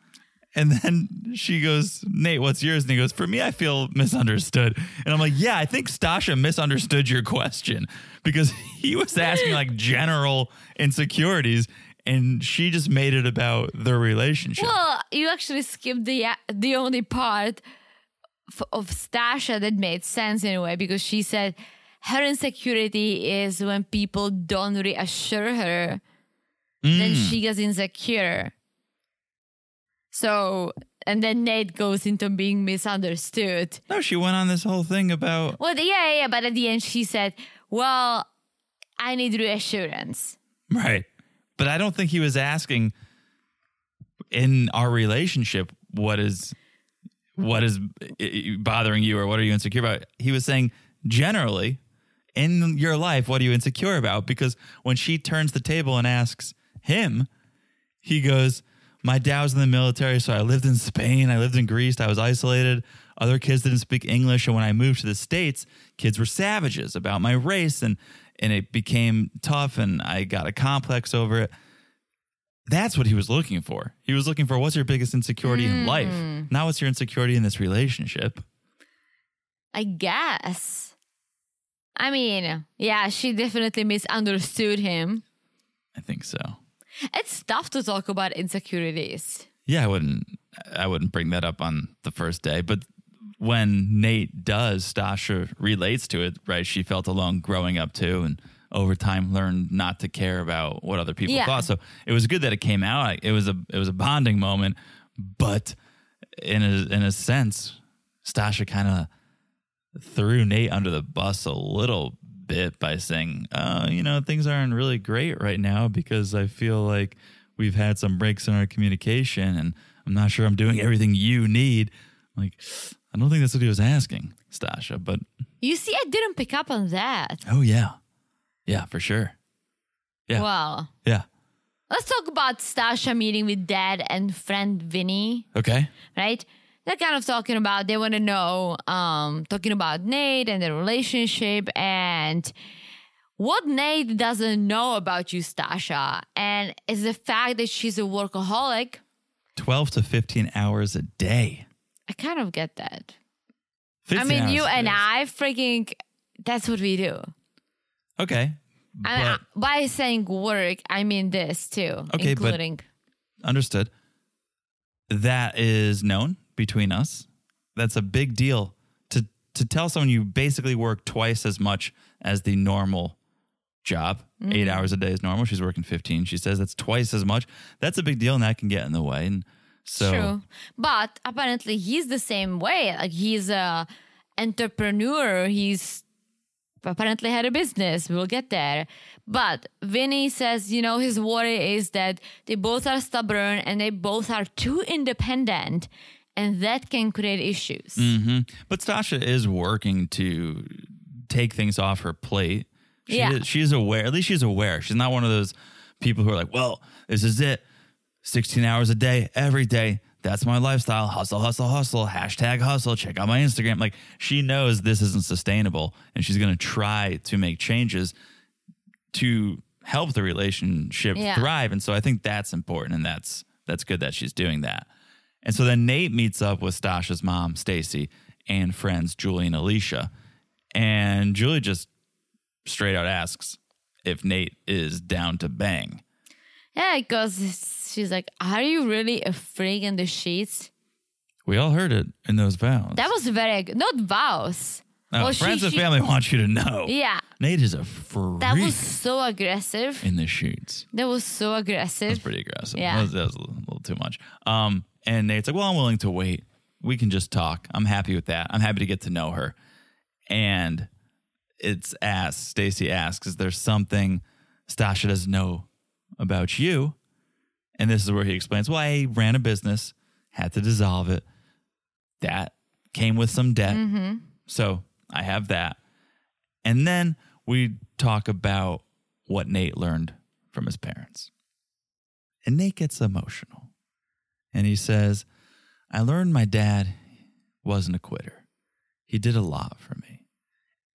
And then she goes, Nate, what's yours? And he goes, For me, I feel misunderstood. And I'm like, Yeah, I think Stasha misunderstood your question because he was asking like general insecurities and she just made it about their relationship. Well, you actually skipped the uh, the only part f- of Stasha that made sense in a way because she said her insecurity is when people don't reassure her, then Mm. she gets insecure. So, and then Nate goes into being misunderstood. no, she went on this whole thing about Well, yeah, yeah, yeah, but at the end she said, "Well, I need reassurance." Right. But I don't think he was asking in our relationship what is what is eh, bothering you or what are you insecure about. He was saying generally in your life what are you insecure about because when she turns the table and asks him he goes my dad was in the military so i lived in spain i lived in greece i was isolated other kids didn't speak english and when i moved to the states kids were savages about my race and and it became tough and i got a complex over it that's what he was looking for he was looking for what's your biggest insecurity in life not what's your insecurity in this relationship I guess. I mean, yeah, she definitely misunderstood him. i think so It's tough to talk about insecurities. yeah i wouldn't i wouldn't bring that up on the first day but when nate does stasha relates to it right she felt alone growing up too and over time learned not to care about what other people Yeah. thought so it was good that it came out it was a it was a bonding moment but in a in a sense stasha kind of threw nate under the bus a little bit by saying uh, you know things aren't really great right now because i feel like we've had some breaks in our communication and i'm not sure i'm doing everything you need like i don't think that's what he was asking stasha but You see, I didn't pick up on that. oh yeah yeah for sure Yeah. Well, yeah let's talk about Stasha meeting with dad and friend Vinny, okay right? They're kind of talking about, they want to know, um, talking about Nate and their relationship and what Nate doesn't know about you, Stasha, and is the fact that she's a workaholic 12 to 15 hours a day. I kind of get that. 15 I mean, hours you a and day. I freaking, that's what we do. Okay. But, And I, by saying work, I mean this too, Okay, but- including. understood. That is known between us. That's a big deal to to tell someone you basically work twice as much as the normal job. 8 hours a day is normal. She's working 15. She says that's twice as much. That's a big deal and that can get in the way. And so True, but apparently he's the same way. Like he's a entrepreneur. He's apparently had a business. We'll get there. But Vinny says, you know, his worry is that they both are stubborn and they both are too independent, and that can create issues. Mm. But Stasha is working to take things off her plate. She Yeah. is, she's aware. At least she's aware. She's not one of those people who are like, "Well, this is it. 16 hours a day, every day. That's my lifestyle. Hustle, hustle, hustle. Hashtag hustle. Check out my Instagram." Like she knows this isn't sustainable, and she's going to try to make changes to help the relationship Yeah. thrive. And so I think that's important, and that's that's good that she's doing that. And so then Nate meets up with Stasha's mom, Stacy, and friends Julie and Alicia. And Julie just straight out asks if Nate is down to bang. Yeah, because she's like, "Are you really a freak in the sheets?" We all heard it in those vows. That was very good. Not vows. Oh, Well, she- friends and she- family want you to know. Yeah, Nate is a freak that was so aggressive. in the sheets. That was so aggressive. That's pretty aggressive. Yeah. That was, that was a little, little too much. Um, and Nate's like, well, I'm willing to wait. We can just talk. I'm happy with that. I'm happy to get to know her. And it's asked, Stacy asks, is there something Stasha doesn't know about you? And this is where he explains, well, I ran a business, had to dissolve it. That came with some debt. Mm-hmm. So I have that. And then we talk about what Nate learned from his parents. And Nate gets emotional. And he says, I learned my dad wasn't a quitter. He did a lot for me.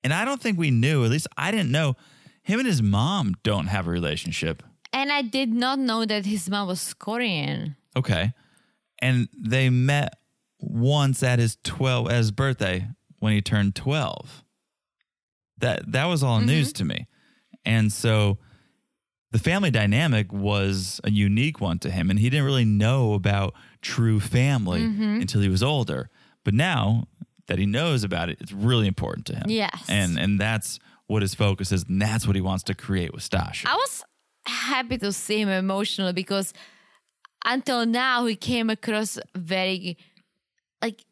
And I don't think we knew, at least I didn't know, him and his mom don't have a relationship. And I did not know that his mom was Korean. Okay. And they met once at his 12 at his birthday when he turned 12. That that was all news Mm-hmm. to me. And so the family dynamic was a unique one to him and he didn't really know about true family Mm-hmm. until he was older. But now that he knows about it, it's really important to him. Yes. And and that's what his focus is and that's what he wants to create with Stasha. I was happy to see him emotional because until now he came across very like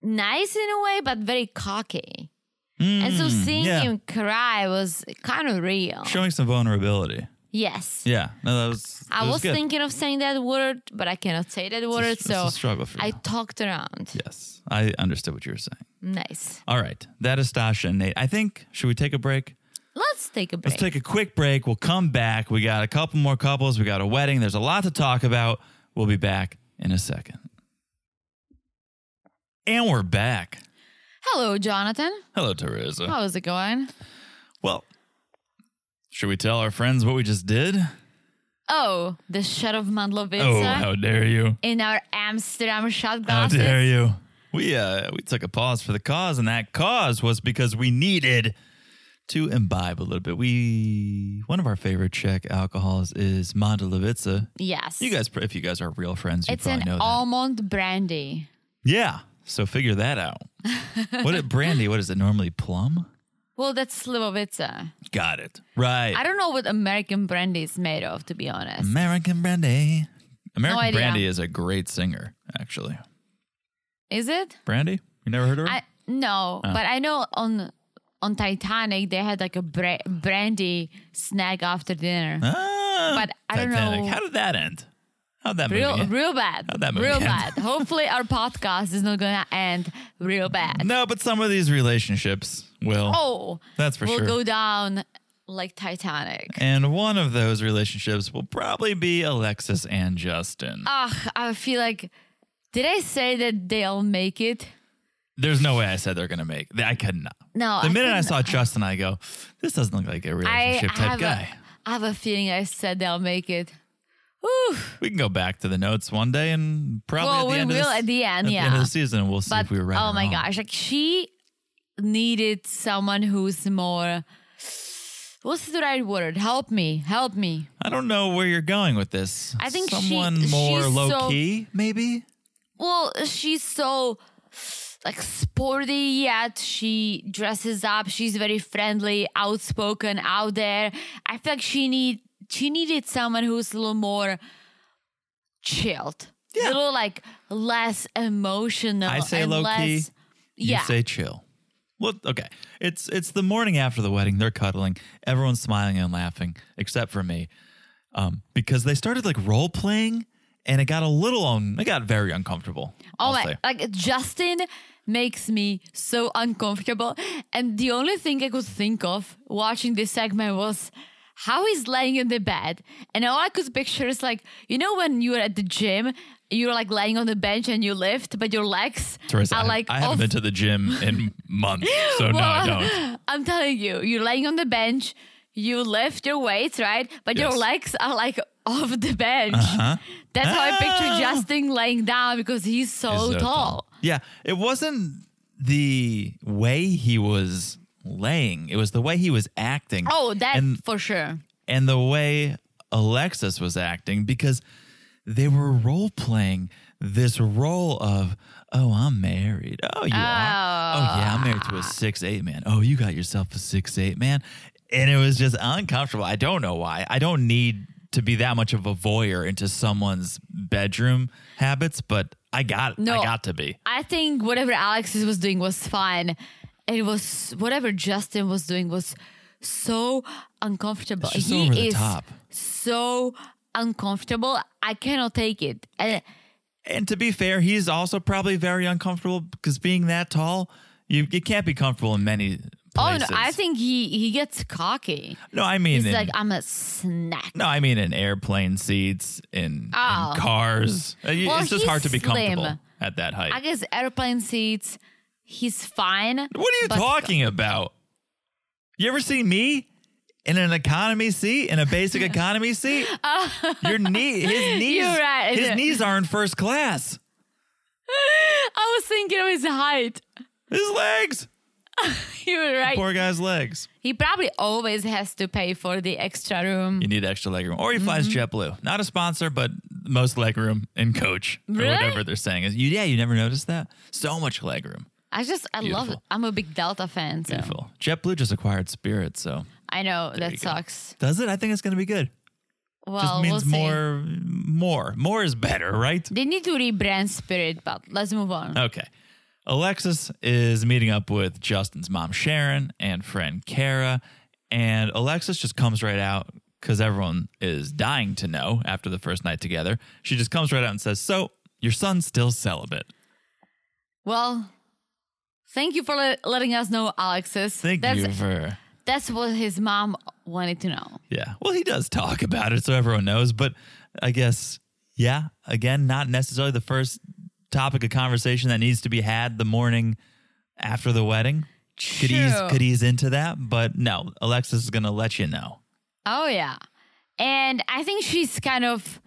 nice in a way, but very cocky. and so seeing Hmm, yeah. him cry was kind of real. Showing some vulnerability. Yes. Yeah. No, that was I that was, good. thinking of saying that word, but I cannot say that word, it's so a struggle for I you. talked around. Yes, I understood what you were saying. Nice. All right, that is Stasha and Nate. I think should we take a break? Let's take a break. Let's take a quick break. We'll come back. We got a couple more couples. We got a wedding. There's a lot to talk about. We'll be back in a second. And we're back. Hello, Jonathan. Hello, Teresa. How's it going? Well, should we tell our friends what we just did? Oh, the shot of Mandlovica. Oh, how dare you! in our Amsterdam shot How glasses. Oh, dare you! We uh we took a pause for the cause, and that cause was because we needed to imbibe a little bit. We one of our favorite Czech alcohols is Mondelovica. Yes. You guys, if you guys are real friends, you it's probably an know that. almond brandy. yeah, so figure that out. what it brandy? What is it normally? Plum. Well, that's Slivovica. Got it right. I don't know what American brandy is made of, to be honest. American brandy. American idea. brandy is a great singer, actually. Mm-hmm. Is it? Brandy, you never heard of her? I no, Oh. but I know on on Titanic they had like a bra- brandy snack after dinner. Ah, But I don't Titanic. know- How did that end? How'd that Real, movie end? real bad. How'd that movie Real end? bad. Hopefully, our podcast is not gonna end real bad. No, but some of these relationships will. Oh, That's for we'll sure. go down like Titanic. And one of those relationships will probably be Alexis and Justin. Ugh, I feel like. Did I say that they'll make it? There's no way I said they're going to make. I could not. No, The I minute I, couldn't- saw Justin, I go, this doesn't look like a I relationship type have, guy. a, I have a feeling I said they'll make it. Ooh, We can go back to the notes one day and probably Well, at the we end of will this, at the end, at the end yeah. of the season, we'll see but if we were right. oh or my wrong. gosh, like she needed someone who's more. What's the right word? Help me, help me. I don't know where you're going with this. I think she- someone more she's low so- key, maybe. Well, she's so like sporty yet she dresses up. She's very friendly, outspoken, out there. I feel like she need she needed someone who's a little more chilled. A little like less emotional. I say and low key. less- Yeah. You say chill. Well, okay. It's it's the morning after the wedding. They're cuddling. Everyone's smiling and laughing, except for me, um, because they started like role playing, and it got a little un- It got very uncomfortable. Oh I'll my! say. Like Justin makes me so uncomfortable, and the only thing I could think of watching this segment was how he's laying in the bed, and all I could picture is like you know when you're at the gym, you're like laying on the bench and you lift, but your legs Teresa, are I, like I haven't off been to the gym in months, so no, I don't. am telling you, you're laying on the bench, you lift your weights, right? But your Yes. Uh-huh. legs are like off the bench. That's how I Ah. picture Justin laying down because he's so, so tall. Yeah, it wasn't the way he was laying; it was the way he was acting. Oh, that and for sure. and the way Alexis was acting because they were role playing this role of oh I'm married oh you are oh yeah I'm married Ah. to a six eight man oh you got yourself a six eight man and it was just uncomfortable I don't know why I don't need to be that much of a voyeur into someone's bedroom habits but I got No. I got to be I think whatever Alexis was doing was fine. It was whatever Justin was doing was so uncomfortable. It's just he over the is top. so uncomfortable. I cannot take it. And and to be fair he's also probably very uncomfortable because being that tall you you can't be comfortable in many oh no, places. I think he he gets cocky. no I mean He's in- like, I'm a snack. No, I mean in airplane seats, in, in Oh. cars. Uh, y- Well, it's just he's hard to be comfortable slim. at that height. I guess airplane seats, he's fine. what are you but- talking about? You ever see me in an economy seat, in a basic economy seat? Your knee, his knees, Oh. You're right. his knees are in first class. I was thinking of his height. His legs, You were right. poor guy's legs. He probably always has to pay for the extra room. You need extra leg room, or he flies Mm-hmm. JetBlue. Not a sponsor, but most leg room in coach Really? or whatever they're saying is. You, yeah, you never noticed that. So much leg room. I just, I love it. Beautiful. I'm a big Delta fan. So Beautiful. JetBlue just acquired Spirit, so I know that you go. sucks. Does it? I think it's going to be good. Well, Just means we'll see. more, more, more is better, right? They need to rebrand Spirit, but let's move on. Okay. Alexis is meeting up with Justin's mom, Sharon, and friend Kara. And Alexis just comes right out because everyone is dying to know after the first night together. She just comes right out and says, So your son's still celibate. Well, thank you for le- letting us know, Alexis. Thank that's, you for. That's what his mom wanted to know. Yeah. Well, he does talk about it, so everyone knows. But I guess, yeah, again, not necessarily the first topic of conversation that needs to be had the morning after the wedding. Could ease True. could ease into that, but no, Alexis is gonna let you know. Oh yeah. And I think she's kind of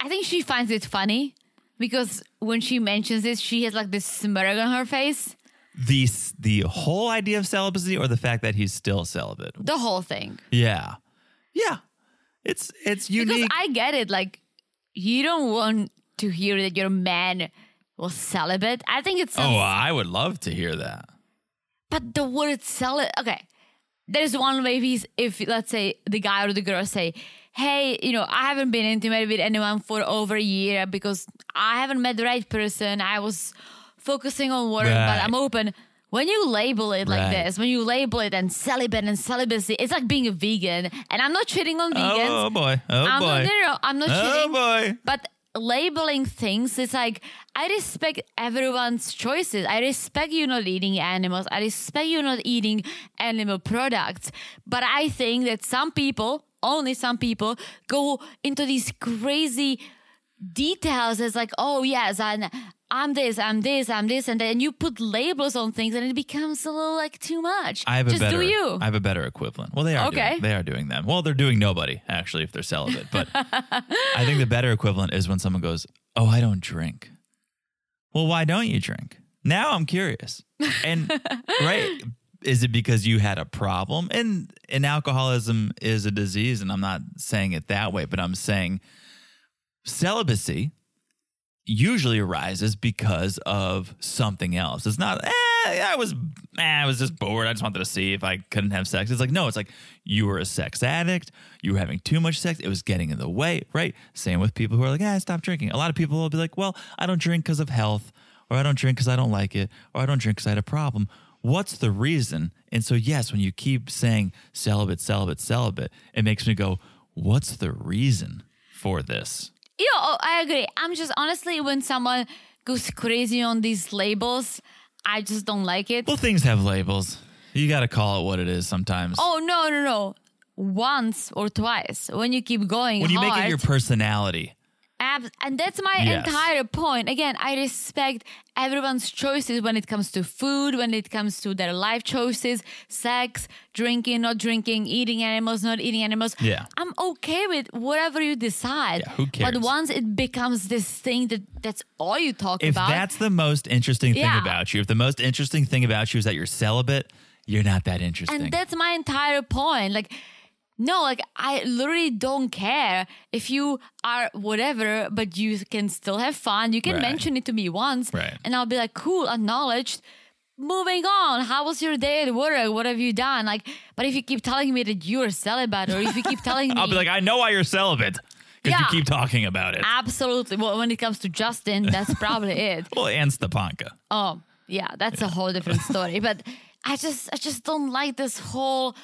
I think she finds it funny because when she mentions it, she has like this smirk on her face. The s- the whole idea of celibacy or the fact that he's still celibate. The whole thing. Yeah. Yeah. It's it's Because unique. I get it, like you don't want to hear that your man was celibate. I think it's oh, I would love to hear that. but the word celibate okay. There's one way if he's, if let's say the guy or the girl say, Hey, you know, I haven't been intimate with anyone for over a year because I haven't met the right person. I was focusing on work, Right. but I'm open. When you label it like Right. this, when you label it and celibate and celibacy, it's like being a vegan. And I'm not cheating on vegans. Oh, boy. Oh I'm not, boy. no, no, no, I'm not oh cheating. boy. But labeling things, it's like I respect everyone's choices. I respect you not eating animals. I respect you not eating animal products. But I think that some people, only some people, go into these crazy details. It's like, oh yes, and I'm this, I'm this, I'm this, and then you put labels on things, and it becomes a little like too much. I have Just a better. do you. I have a better equivalent. Well, they are. Okay. Doing, they are doing them. Well, they're doing nobody actually if they're celibate. But I think the better equivalent is when someone goes, "Oh, I don't drink." Well, why don't you drink? Now I'm curious. And right, is it because you had a problem? And and alcoholism is a disease, and I'm not saying it that way, but I'm saying celibacy usually arises because of something else. It's not, eh, I was, eh, I was just bored. I just wanted to see if I couldn't have sex. It's like, no, it's like you were a sex addict. You were having too much sex. It was getting in the way, right? Same with people who are like, eh, stop drinking. A lot of people will be like, well, I don't drink because of health, or I don't drink because I don't like it, or I don't drink because I had a problem. What's the reason? And so, yes, when you keep saying celibate, celibate, celibate, it makes me go, what's the reason for this? Yeah, oh, I agree. I'm just honestly, when someone goes crazy on these labels, I just don't like it. Well, things have labels. You got to call it what it is sometimes. Oh no, no, no! Once or twice when you keep going when you hard, make it your personality, abs- and that's my Yes. entire point. Again, I respect everyone's choices when it comes to food, when it comes to their life choices, sex, drinking, not drinking, eating animals, not eating animals. Yeah. I'm okay with whatever you decide. Yeah, who But cares? once it becomes this thing that that's all you talk if about. that's the most interesting thing Yeah. about you, if the most interesting thing about you is that you're celibate, you're not that interesting. And that's my entire point. Like, no, like I literally don't care if you are whatever, but you can still have fun. You can Right. mention it to me once, Right. and I'll be like, cool, acknowledged. Moving on. How was your day at work? What have you done? Like, but if you keep telling me that you're celibate, or if you keep telling me, I'll be like, I know why you're celibate because Yeah. you keep talking about it. absolutely. Well, when it comes to Justin, that's probably it. well, and Stepanka. Oh, yeah, that's a whole different story. but I just I just don't like this whole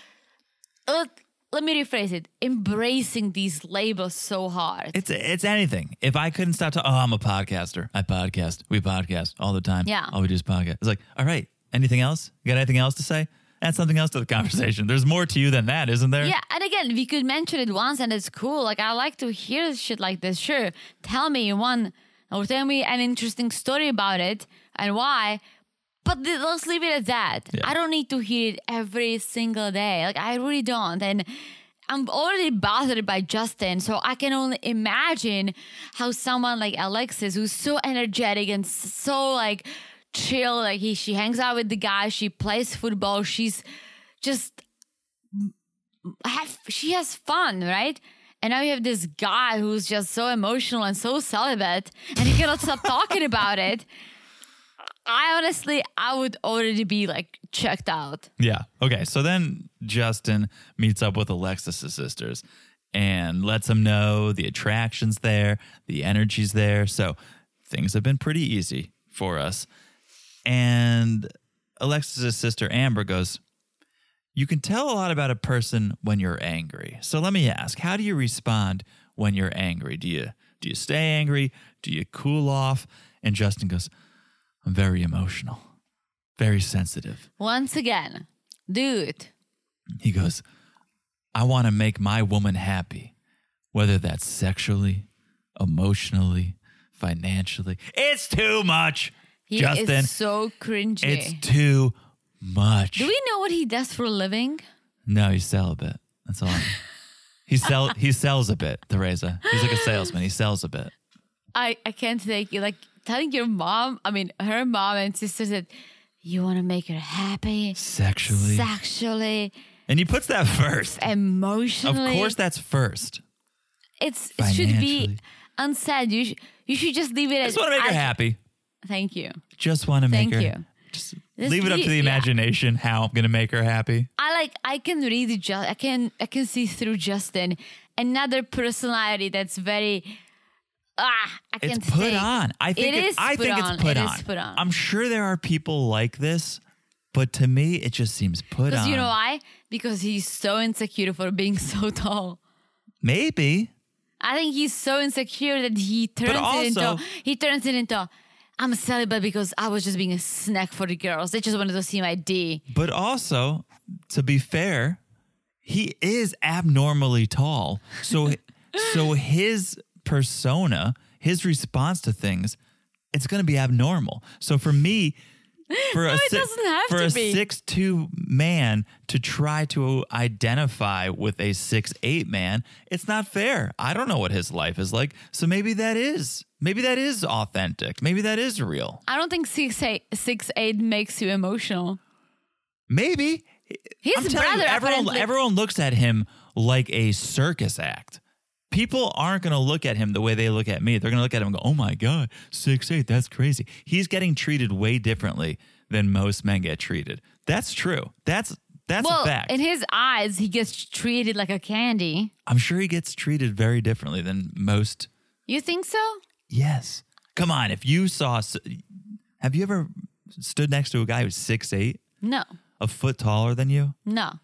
let, let me rephrase it. Embracing these labels so hard. It's it's anything. If I couldn't stop to, oh, I'm a podcaster. I podcast. We podcast all the time. Yeah. All we do is podcast. It's like, all right. Anything else? You got anything else to say? Add something else to the conversation. There's more to you than that, isn't there? yeah, and again, we could mention it once and it's cool. Like I like to hear shit like this. Sure. Tell me one or tell me an interesting story about it and why. But th- let's leave it at that. Yeah. I don't need to hear it every single day. Like I really don't. And I'm already bothered by Justin, so I can only imagine how someone like Alexis, who's so energetic and so like chill, like he she hangs out with the guys, she plays football, she's just have, she has fun, right? And now you have this guy who's just so emotional and so celibate, and he cannot stop talking about it. I honestly, I would already be like checked out. Yeah. Okay. So then Justin meets up with Alexis's sisters and lets them know the attraction's there, the energy's there. So things have been pretty easy for us. And Alexis's sister Amber goes, You can tell a lot about a person when you're angry. So let me ask, how do you respond when you're angry? Do you do you stay angry? Do you cool off? And Justin goes, I'm very emotional, very sensitive. Once again, dude, He goes, I want to make my woman happy, whether that's sexually, emotionally, financially. It's too much, he Justin. is so cringy. it's too much. Do we know what he does for a living? no, he's celibate. That's all. I know. he sell he sells a bit, Teresa. He's like a salesman. He sells a bit. I, I can't take you like telling your mom, I mean, her mom and sisters that you want to make her happy Sexually. sexually, and he puts that first. Of emotionally. course that's first. it's it should be Financially. unsaid. You should you should just leave it. Just want to make her I- happy. Thank you. Just want to make Thank her you. Just Just leave it up to leave- the yeah. imagination how I'm going to make her happy. I like. I can read. Ju- I can. I can see through Justin. Another personality that's very. Ah, I can't. it's put take- on. I think it it- is. I put think on. it's put It on. is put on. I'm sure there are people like this, but to me, it just seems put because on. you know why? Because he's so insecure for being so tall. Maybe I think he's so insecure that he turns it also- into he turns it into I'm a celibate because I was just being a snack for the girls. They just wanted to see my D. But also, to be fair, he is abnormally tall. So so his persona, his response to things it's going to be abnormal. So for me, for a, it si- doesn't have for to a be. six two man to try to identify with a six eight man, it's not fair. I don't know what his life is like. So maybe that is maybe that is authentic. Maybe that is real. I don't think six eight six eight makes you emotional. Maybe His I'm telling brother you, everyone, apparently. everyone looks at him like a circus act. People aren't going to look at him the way they look at me. They're going to look at him and go, "Oh my god, six eight, that's crazy." He's getting treated way differently than most men get treated. That's true. That's that's a well, fact. in his eyes, he gets treated like a candy. I'm sure he gets treated very differently than most. You think so? Yes. Come on, if you saw, s- have you ever stood next to a guy who's six eight, No, a foot taller than you? no.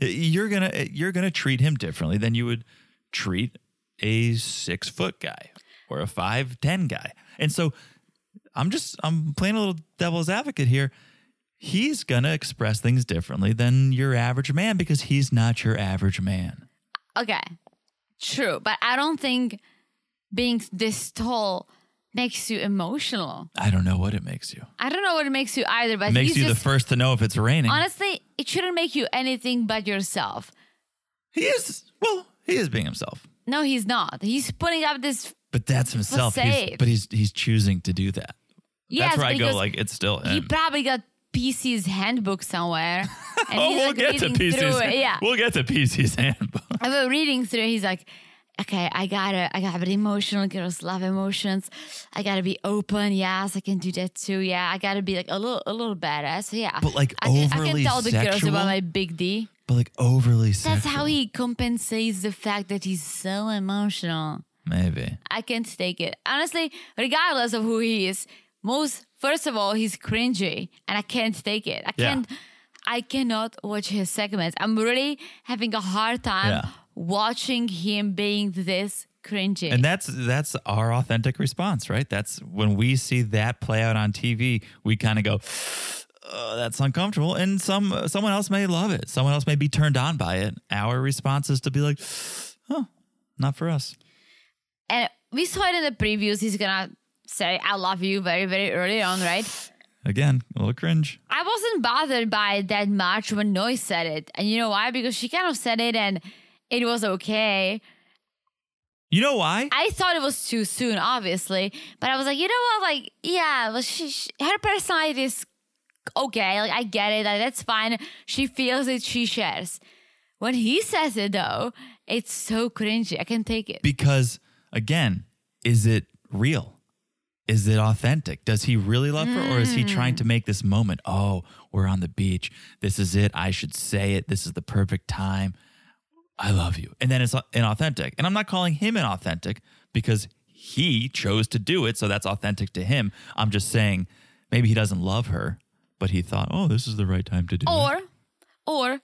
you're gonna you're gonna treat him differently than you would treat a six foot guy or a five ten guy. And so I'm just I'm playing a little devil's advocate here. He's gonna express things differently than your average man because he's not your average man. Okay, true, but I don't think being this tall makes you emotional. I don't know what it makes you. I don't know what it makes you either, but It makes he's you the just first to know if it's raining. honestly, it shouldn't make you anything but yourself. he is well, he is being himself. No, he's not. He's putting up this. But that's himself. He's- safe. but he's he's choosing to do that. Yes, that's where I go because like it's still he him. probably got PC's handbook somewhere. And Oh, he's we'll like get to reading through it. PC's. Yeah, We'll get to PC's handbook. I was reading through. He's like, okay, I gotta, I gotta be emotional. Girls love emotions. I gotta be open. Yes, I can do that too. Yeah, I gotta be like a little, a little badass. So, yeah, But, like, I can, I can overly tell the girls sexual? about my big D. But like overly That's sexual. how he compensates the fact that he's so emotional. Maybe. I can't take it. Honestly, regardless of who he is, most first of all, he's cringy and I can't take it. I Yeah. can't I cannot watch his segments. I'm really having a hard time Yeah. watching him being this cringy. And that's that's our authentic response, right? That's when we see that play out on TV, we kind of go, oh, "That's uncomfortable." And some someone else may love it. Someone else may be turned on by it. Our response is to be like, "Huh, not for us." and we saw it in the previews. He's gonna say I love you very, very early on, right? Again, a little cringe. I wasn't bothered by it that much when Noi said it. And you know why? Because she kind of said it and it was okay. You know why? I thought it was too soon, obviously, but I was like, you know what? Like, yeah, well, she, she her personality is okay. Like, I get it. Like, that's fine. She feels it. She shares. When he says it, though, it's so cringy. I can take it. because again, is it real? Is it authentic? Does he really love her or is he trying Hmm. to make this moment? Oh, we're on the beach. This is it. I should say it. This is the perfect time. I love you. And then it's inauthentic. And I'm not calling him inauthentic because he chose to do it. So that's authentic to him. I'm just saying maybe he doesn't love her, but he thought, oh, this is the right time to do it. Or, or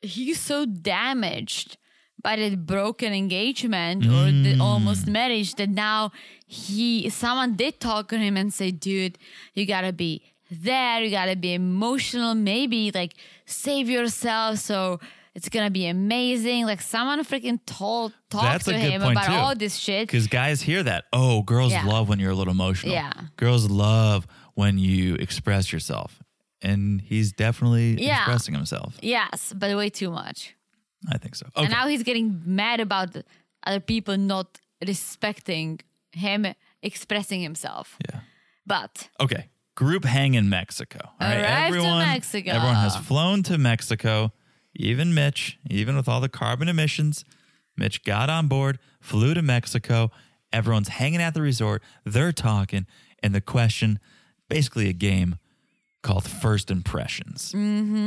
he's so damaged by the broken engagement or Hmm. the almost marriage that now he someone did talk to him and say, dude, you gotta be there, you gotta be emotional, maybe like save yourself so it's gonna be amazing. Like someone freaking told talked That's a to good him point, about too. all this shit. Because guys hear that. Oh, girls Yeah. love when you're a little emotional. Yeah. Girls love when you express yourself. And he's definitely Yeah. expressing himself. Yes, but way too much. I think so. Okay. And now he's getting mad about the other people not respecting him expressing himself. yeah. But Okay. Group hang in Mexico. All right. Arrived to everyone, Mexico. Everyone has flown to Mexico. Even Mitch, even with all the carbon emissions, Mitch got on board, flew to Mexico. Everyone's hanging at the resort. They're talking. And the question, basically a game called First Impressions. Mm.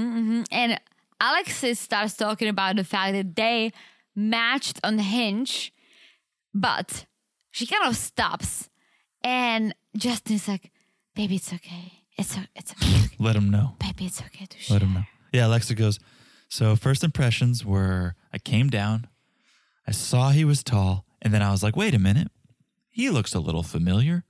and Alexis starts talking about the fact that they matched on Hinge, but she kind of stops, and Justin's like, "Baby, it's okay. It's o- it's okay. Let him know. Baby, it's okay to share." Let him know. Yeah, Alexa goes. So first impressions were I came down, I saw he was tall, and then I was like, wait a minute, he looks a little familiar.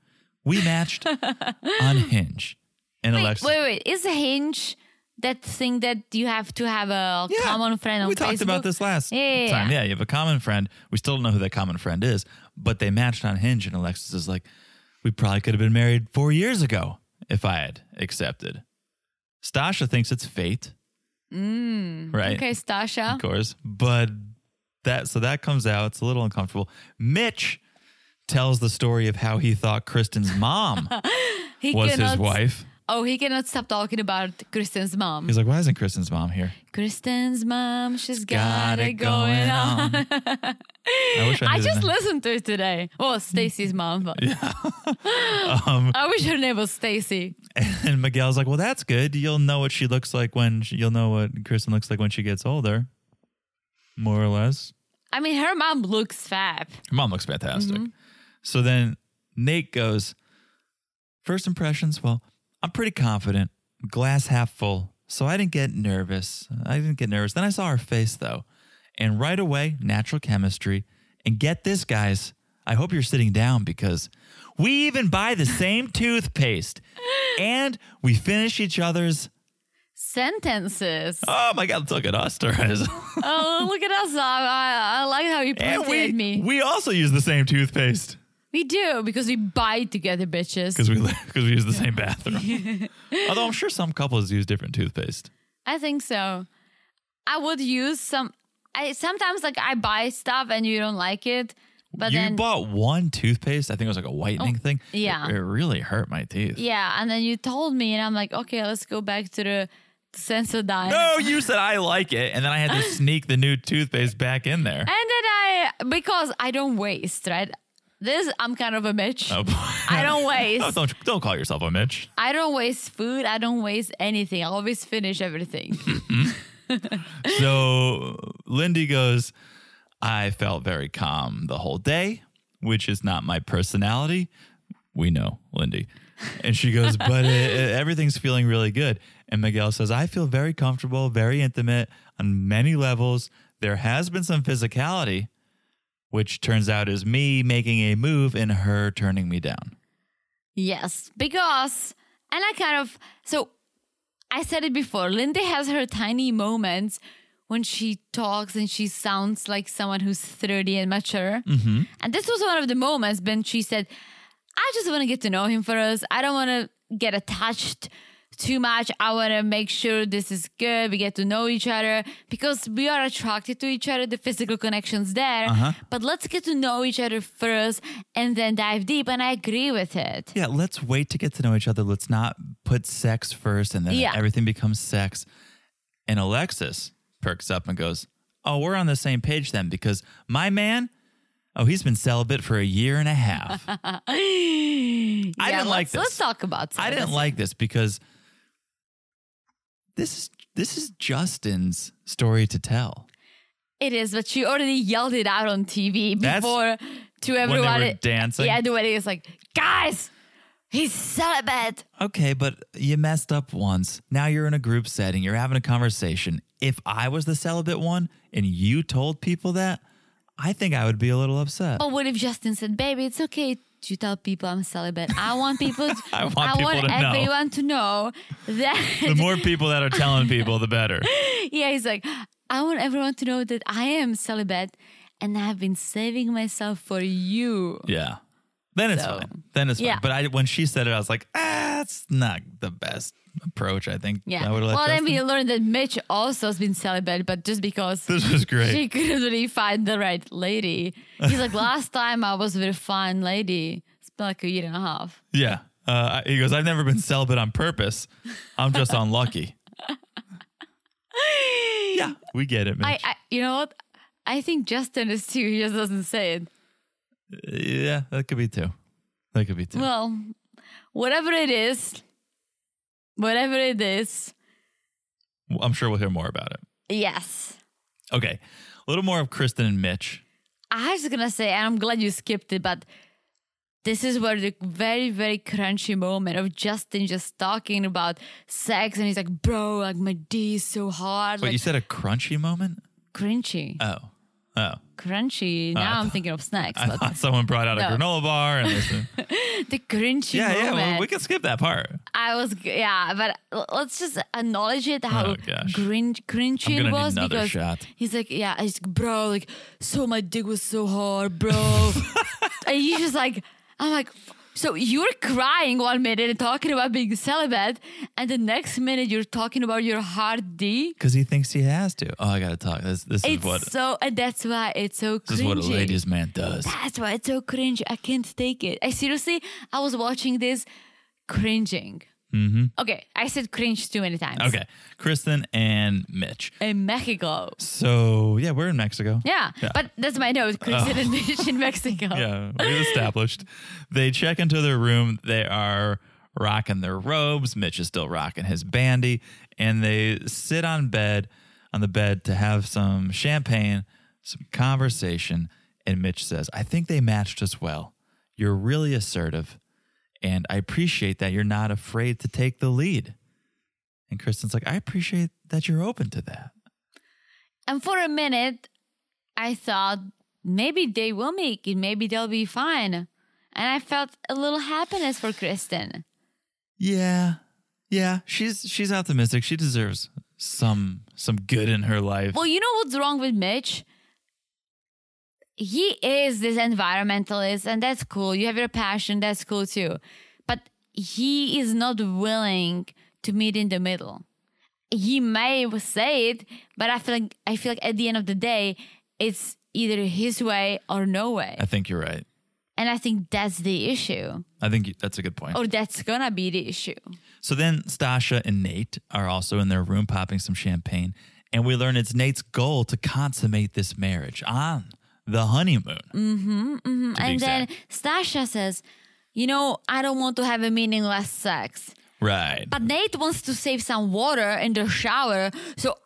We matched on Hinge, and Wait, Alexa. wait, wait. Is Hinge that thing that you have to have a Yeah, common friend on we Facebook? talked about this last Yeah, yeah, time. Yeah, you have a common friend. We still don't know who that common friend is, but they matched on Hinge, and Alexis is like, We probably could have been married four years ago if I had accepted. Stasha thinks it's fate. right? Okay, Stasha. Of course. But that, so that comes out. It's a little uncomfortable. Mitch tells the story of how he thought Kristen's mom He was his cannot- wife. Oh, he cannot stop talking about Kristen's mom. He's like, why isn't Kristen's mom here? Kristen's mom, she's got, Got it it going going on. I wish I, I knew the just name. listened to it today. Well, Stacy's mom. But Um, I wish her name was Stacy. And Miguel's like, well, that's good. You'll know what she looks like when she, you'll know what Kristen looks like when she gets older, more or less. I mean, her mom looks fab. Her mom looks fantastic. So then Nate goes, first impressions. Well, I'm pretty confident, glass half full. So I didn't get nervous. I didn't get nervous. Then I saw her face though, and right away, natural chemistry. And get this, guys. I hope you're sitting down because we even buy the same toothpaste, and we finish each other's Sentences. Oh my God, look at us, Torres. oh, look at us. I, I, I like how you and pointed we, at me. we also use the same toothpaste We do because we bite together, bitches. because we because we use the same bathroom. Although I'm sure some couples use different toothpaste. I think so. I would use some. I sometimes like I buy stuff and you don't like it, but you then Oh, bought one toothpaste. I think it was like a whitening thing. yeah. It, it really hurt my teeth. yeah, and then you told me, and I'm like, okay, let's go back to the Sensodyne. No, you said I like it, and then I had to sneak the new toothpaste back in there. And then I because I don't waste, right? This I'm kind of a bitch. Oh, boy. I don't No, waste. don't don't call yourself a Mitch. I don't waste food. I don't waste anything. I always finish everything. So Lindy goes, I felt very calm the whole day, which is not my personality. We know, Lindy. And she goes, But uh, uh, everything's feeling really good. And Miguel says, I feel very comfortable, very intimate on many levels. There has been some physicality, which turns out is me making a move and her turning me down. yes, because and I kind of so I said it before. Lindy has her tiny moments when she talks and she sounds like someone who's 30 and mature. Mm-hmm. And this was one of the moments when she said, I just want to get to know him first. I don't want to get attached too much. I want to make sure this is good. We get to know each other because we are attracted to each other. The physical connection's there. But let's get to know each other first and then dive deep. And I agree with it. Yeah, let's wait to get to know each other. Let's not put sex first and then Yeah. everything becomes sex. And Alexis perks up and goes, Oh, we're on the same page then because my man, oh, he's been celibate for a year and a half. I Yeah, didn't like let's- Let's this. talk about I didn't this. like this because this is this is Justin's story to tell. It is, but she already yelled it out on TV That's before to everyone. were dancing? Yeah, the wedding is like, guys, he's celibate. Okay, but you messed up once. Now you're in a group setting, you're having a conversation. If I was the celibate one and you told people that, I think I would be a little upset. But what if Justin said, baby, it's okay to tell people I'm celibate. I want people, to, I want people to know." everyone to know that. The more people that are telling people, the better. yeah, he's like, I want everyone to know that I am celibate and I've been saving myself for you. Yeah. Then it's So, fine. Then it's yeah. fine. But I, when she said it, I was like, ah, that's not the best approach. I think Yeah. I would have let well, then we Justin- learned that Mitch also has been celibate, but just because This was great. she couldn't really find the right lady. He's like, last time I was with a fine lady. It's been like a year and a half. yeah. Uh, he goes, I've never been celibate on purpose. I'm just unlucky. yeah. We get it, Mitch. I, I, you know what? I think Justin is too. He just doesn't say it. yeah, that could be two. That could be two. Well, whatever it is, whatever it is, I'm sure we'll hear more about it. yes. Okay. A little more of Kristen and Mitch. I was gonna say, and I'm glad you skipped it, but this is where the very, very crunchy moment of Justin just talking about sex, and he's like, "Bro, like my D is so hard, Wait, like you said a crunchy moment? crunchy, Oh. Oh. crunchy." Now I'm thinking of snacks, Uh, I but thought someone brought out a No. granola bar and this. and- the crunchy yeah, yeah. moment. Well, we can skip that part. I was, g- yeah, but l- let's just acknowledge it how Oh, gosh. grinch, I'm cringy gonna it need was another because shot. he's like, yeah, he's like, bro, like, so my dick was so hard, bro. and he's just like, I'm like, So you're crying one minute and talking about being celibate, and the next minute you're talking about your hard D. because he thinks he has to. Oh, I gotta talk. This this is It's what so, and that's why it's so cringy. this is what a ladies' man does. That's why it's so cringe. I can't take it. I seriously, I was watching this cringing. Mm-hmm. Okay, I said cringe too many times. Okay, Kristen and Mitch. In Mexico. So yeah, we're in Mexico. Yeah, Yeah. Oh. but that's my note. Kristen and Mitch in Mexico. yeah, we've established. They check into their room. They are rocking their robes. Mitch is still rocking his bandy, and they sit on bed on the bed to have some champagne, some conversation. And Mitch says, "I think they matched us well. You're really assertive, and I appreciate that you're not afraid to take the lead." And Kristen's like, "I appreciate that you're open to that." And for a minute, I thought maybe they will make it, maybe they'll be fine. And I felt a little happiness for Kristen. Yeah. Yeah. She's she's optimistic. She deserves some some good in her life. Well, you know what's wrong with Mitch? He is this environmentalist, and that's cool. You have your passion, that's cool too. But he is not willing to meet in the middle. He may say it, but I feel like I feel like at the end of the day, it's either his way or no way. I think you're right. And I think that's the issue. I think you- that's a good point. Or that's gonna be the issue. So then Stasha and Nate are also in their room popping some champagne, and we learn it's Nate's goal to consummate this marriage on the honeymoon. Mm-hmm. mm-hmm. and then Stasha says, You know, I don't want to have a meaningless sex. right. But Nate wants to save some water in the shower, so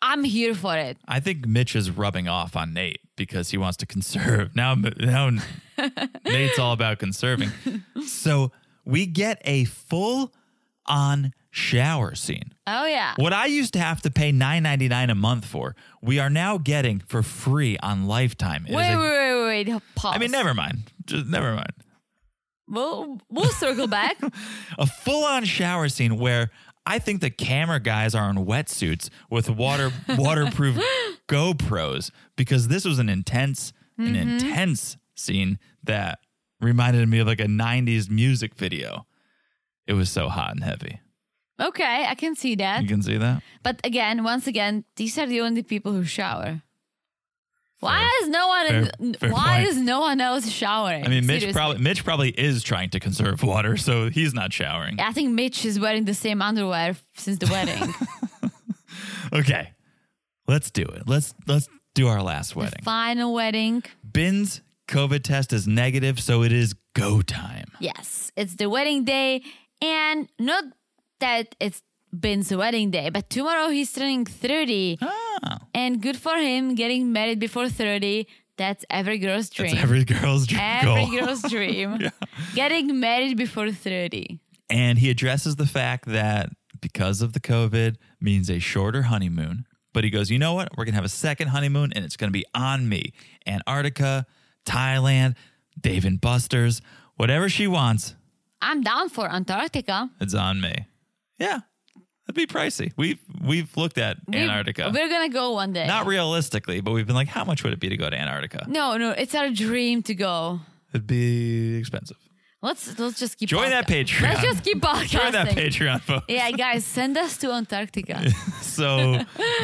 I'm here for it. I think Mitch is rubbing off on Nate because he wants to conserve. Now, now Nate's all about conserving. So we get a full on shower scene. Oh, yeah. What I used to have to pay nine ninety nine a month for, we are now getting for free on Lifetime. It is Wait, a- wait, wait, wait. Pause. I mean, never mind. Just never mind. We'll, we'll circle back. A full on shower scene where I think the camera guys are in wetsuits with water waterproof GoPros because this was an intense, an intense scene that reminded me of like a '90s music video. It was so hot and heavy. okay, I can see that. You can see that. But again, once again, these are the only people who shower. Why is no one? Fair- fair why point. is no one else showering? I mean, Mitch Seriously. probably Mitch probably is trying to conserve water, so he's not showering. I think Mitch is wearing the same underwear since the wedding. Okay, let's do it. Let's let's do our last wedding. Final wedding. Bin's COVID test is negative, so it is go time. Yes, it's the wedding day, and not that it's Ben's wedding day, but tomorrow he's turning 30, Ah, and good for him getting married before 30. That's every girl's dream. that's every girl's dream Every goal. girl's dream. Getting married before 30. And he addresses the fact that because of the COVID means a shorter honeymoon. But he goes, you know what? We're gonna have a second honeymoon, and it's gonna be on me. Antarctica, Thailand, Dave and Buster's, whatever she wants, I'm down for Antarctica. It's on me. Yeah. That'd be pricey. We've we've looked at We- Antarctica. We're going to go one day. Not realistically, but we've been like, how much would it be to go to Antarctica? no, no, it's our dream to go. It'd be expensive. Let's let's just keep Join that Patreon. Let's just keep podcasting. Join that Patreon folks. Yeah, guys, send us to Antarctica. So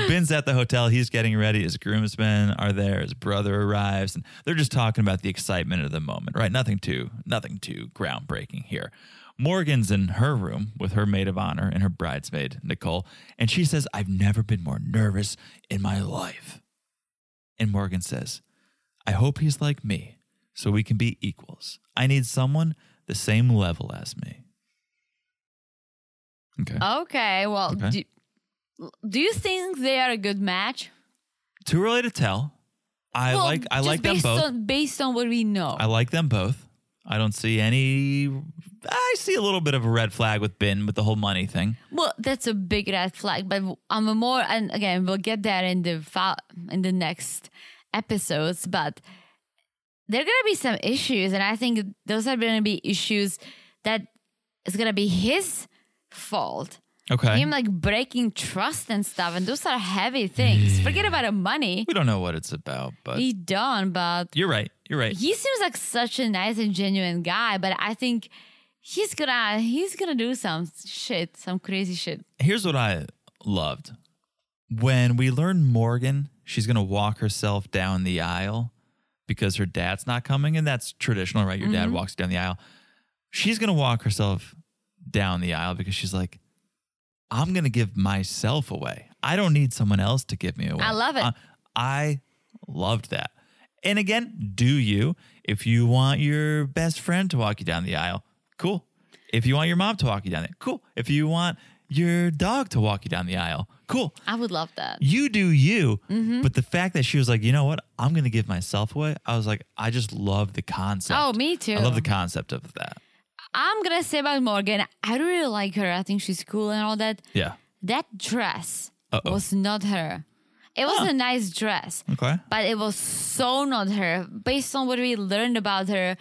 Ben's at the hotel, he's getting ready, his groomsmen are there, his brother arrives, and they're just talking about the excitement of the moment, right? Nothing too nothing too groundbreaking here. Morgan's in her room with her maid of honor and her bridesmaid, Nicole, and she says, I've never been more nervous in my life. And Morgan says, I hope he's like me, so we can be equals. I need someone the same level as me. Okay. Okay, well, Okay. Do, do you think they are a good match? Too early to tell. I Well, like I just like them based both. On, based on what we know. I like them both. I don't see any. I see a little bit of a red flag with Ben with the whole money thing. well, that's a big red flag, but I'm a more and again, we'll get there in the fa- in the next episodes, but there are going to be some issues and I think those are going to be issues that is going to be his fault. Okay. Him like breaking trust and stuff and those are heavy things. Forget about the money. we don't know what it's about, but He done, but you're right. You're right. He seems like such a nice and genuine guy, but I think he's gonna he's gonna do some shit, some crazy shit. Here's what I loved. When we learn Morgan, she's going to walk herself down the aisle because her dad's not coming. And that's traditional, right? Your Mm-hmm. dad walks down the aisle. She's going to walk herself down the aisle because she's like, I'm going to give myself away. I don't need someone else to give me away. I love it. I, I loved that. And again, do you? If you want your best friend to walk you down the aisle, cool. If you want your mom to walk you down there, cool. If you want your dog to walk you down the aisle, cool I would love that. you do you. Mm-hmm. But the fact that she was like, you know what? I'm going to give myself away. I was like, I just love the concept. Oh, me too. I love the concept of that. I'm gonna say about Morgan, I really like her. I think she's cool and all that. Yeah. That dress Uh-oh. was not her. It was a nice dress, Okay. but it was so not her. Based on what we learned about her,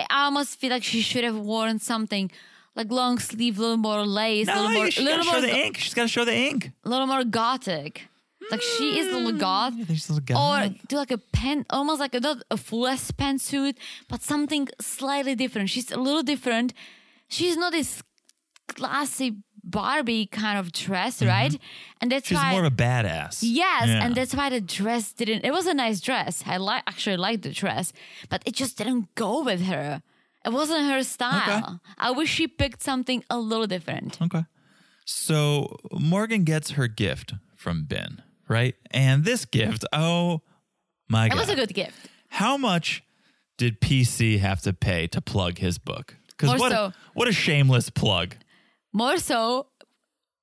I almost feel like she should have worn something like long sleeve, a little more lace, a No, little more, she's got to little show more, the go- ink. She's got to show the ink. little more gothic. Like she is a Mm. little goth, She's a or god. do like a pen, almost like a, not a full ass pantsuit, but something slightly different. She's a little different. She's not this classy Barbie kind of dress, right? And that's Mm-hmm. She's why more of a badass. yes, Yeah. and that's why the dress didn't. It was a nice dress. I like actually liked the dress, but it just didn't go with her. It wasn't her style. I wish she picked something a little different. Okay. So Morgan gets her gift from Ben, right? And this gift, oh my It God. was a good gift. How much did PC have to pay to plug his book? Because More what, so. what a shameless plug. More so,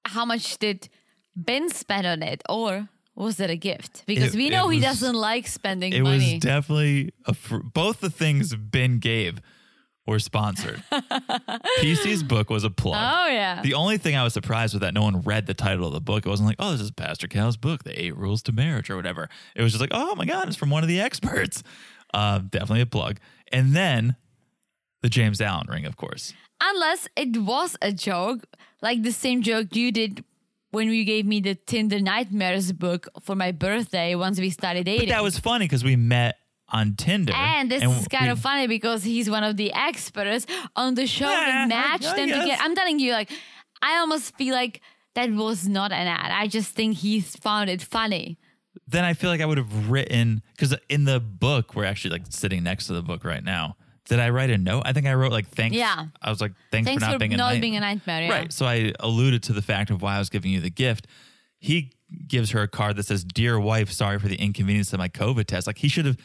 how much did Ben spend on it, or was it a gift? Because It- we know it he was- doesn't like spending It money. was definitely a fr- both the things Ben gave were sponsored. PC's book was a plug. oh yeah, The only thing I was surprised with that no one read the title of the book. It wasn't like, oh, this is Pastor Cal's book, The Eight Rules to Marriage or whatever. It was just like, oh my God, it's from one of the experts. Uh, definitely a plug. And then the James Allen ring, of course. unless it was a joke, like the same joke you did when you gave me the Tinder Nightmares book for my birthday once we started dating. But that was funny because we met on Tinder. and this is kind we- of funny because he's one of the experts on the show Yeah, oh, that matched I them guess. together. I'm telling you, like, I almost feel like that was not an ad. I just think he found it funny. then I feel like I would have written because in the book we're actually like sitting next to the book right now. Did I write a note? I think I wrote like thanks. Yeah. I was like thanks, Thanks for not, for being, a not night- being a nightmare. yeah. Right. So I alluded to the fact of why I was giving you the gift. He gives her a card that says "Dear wife, sorry for the inconvenience of my COVID test." Like he should have.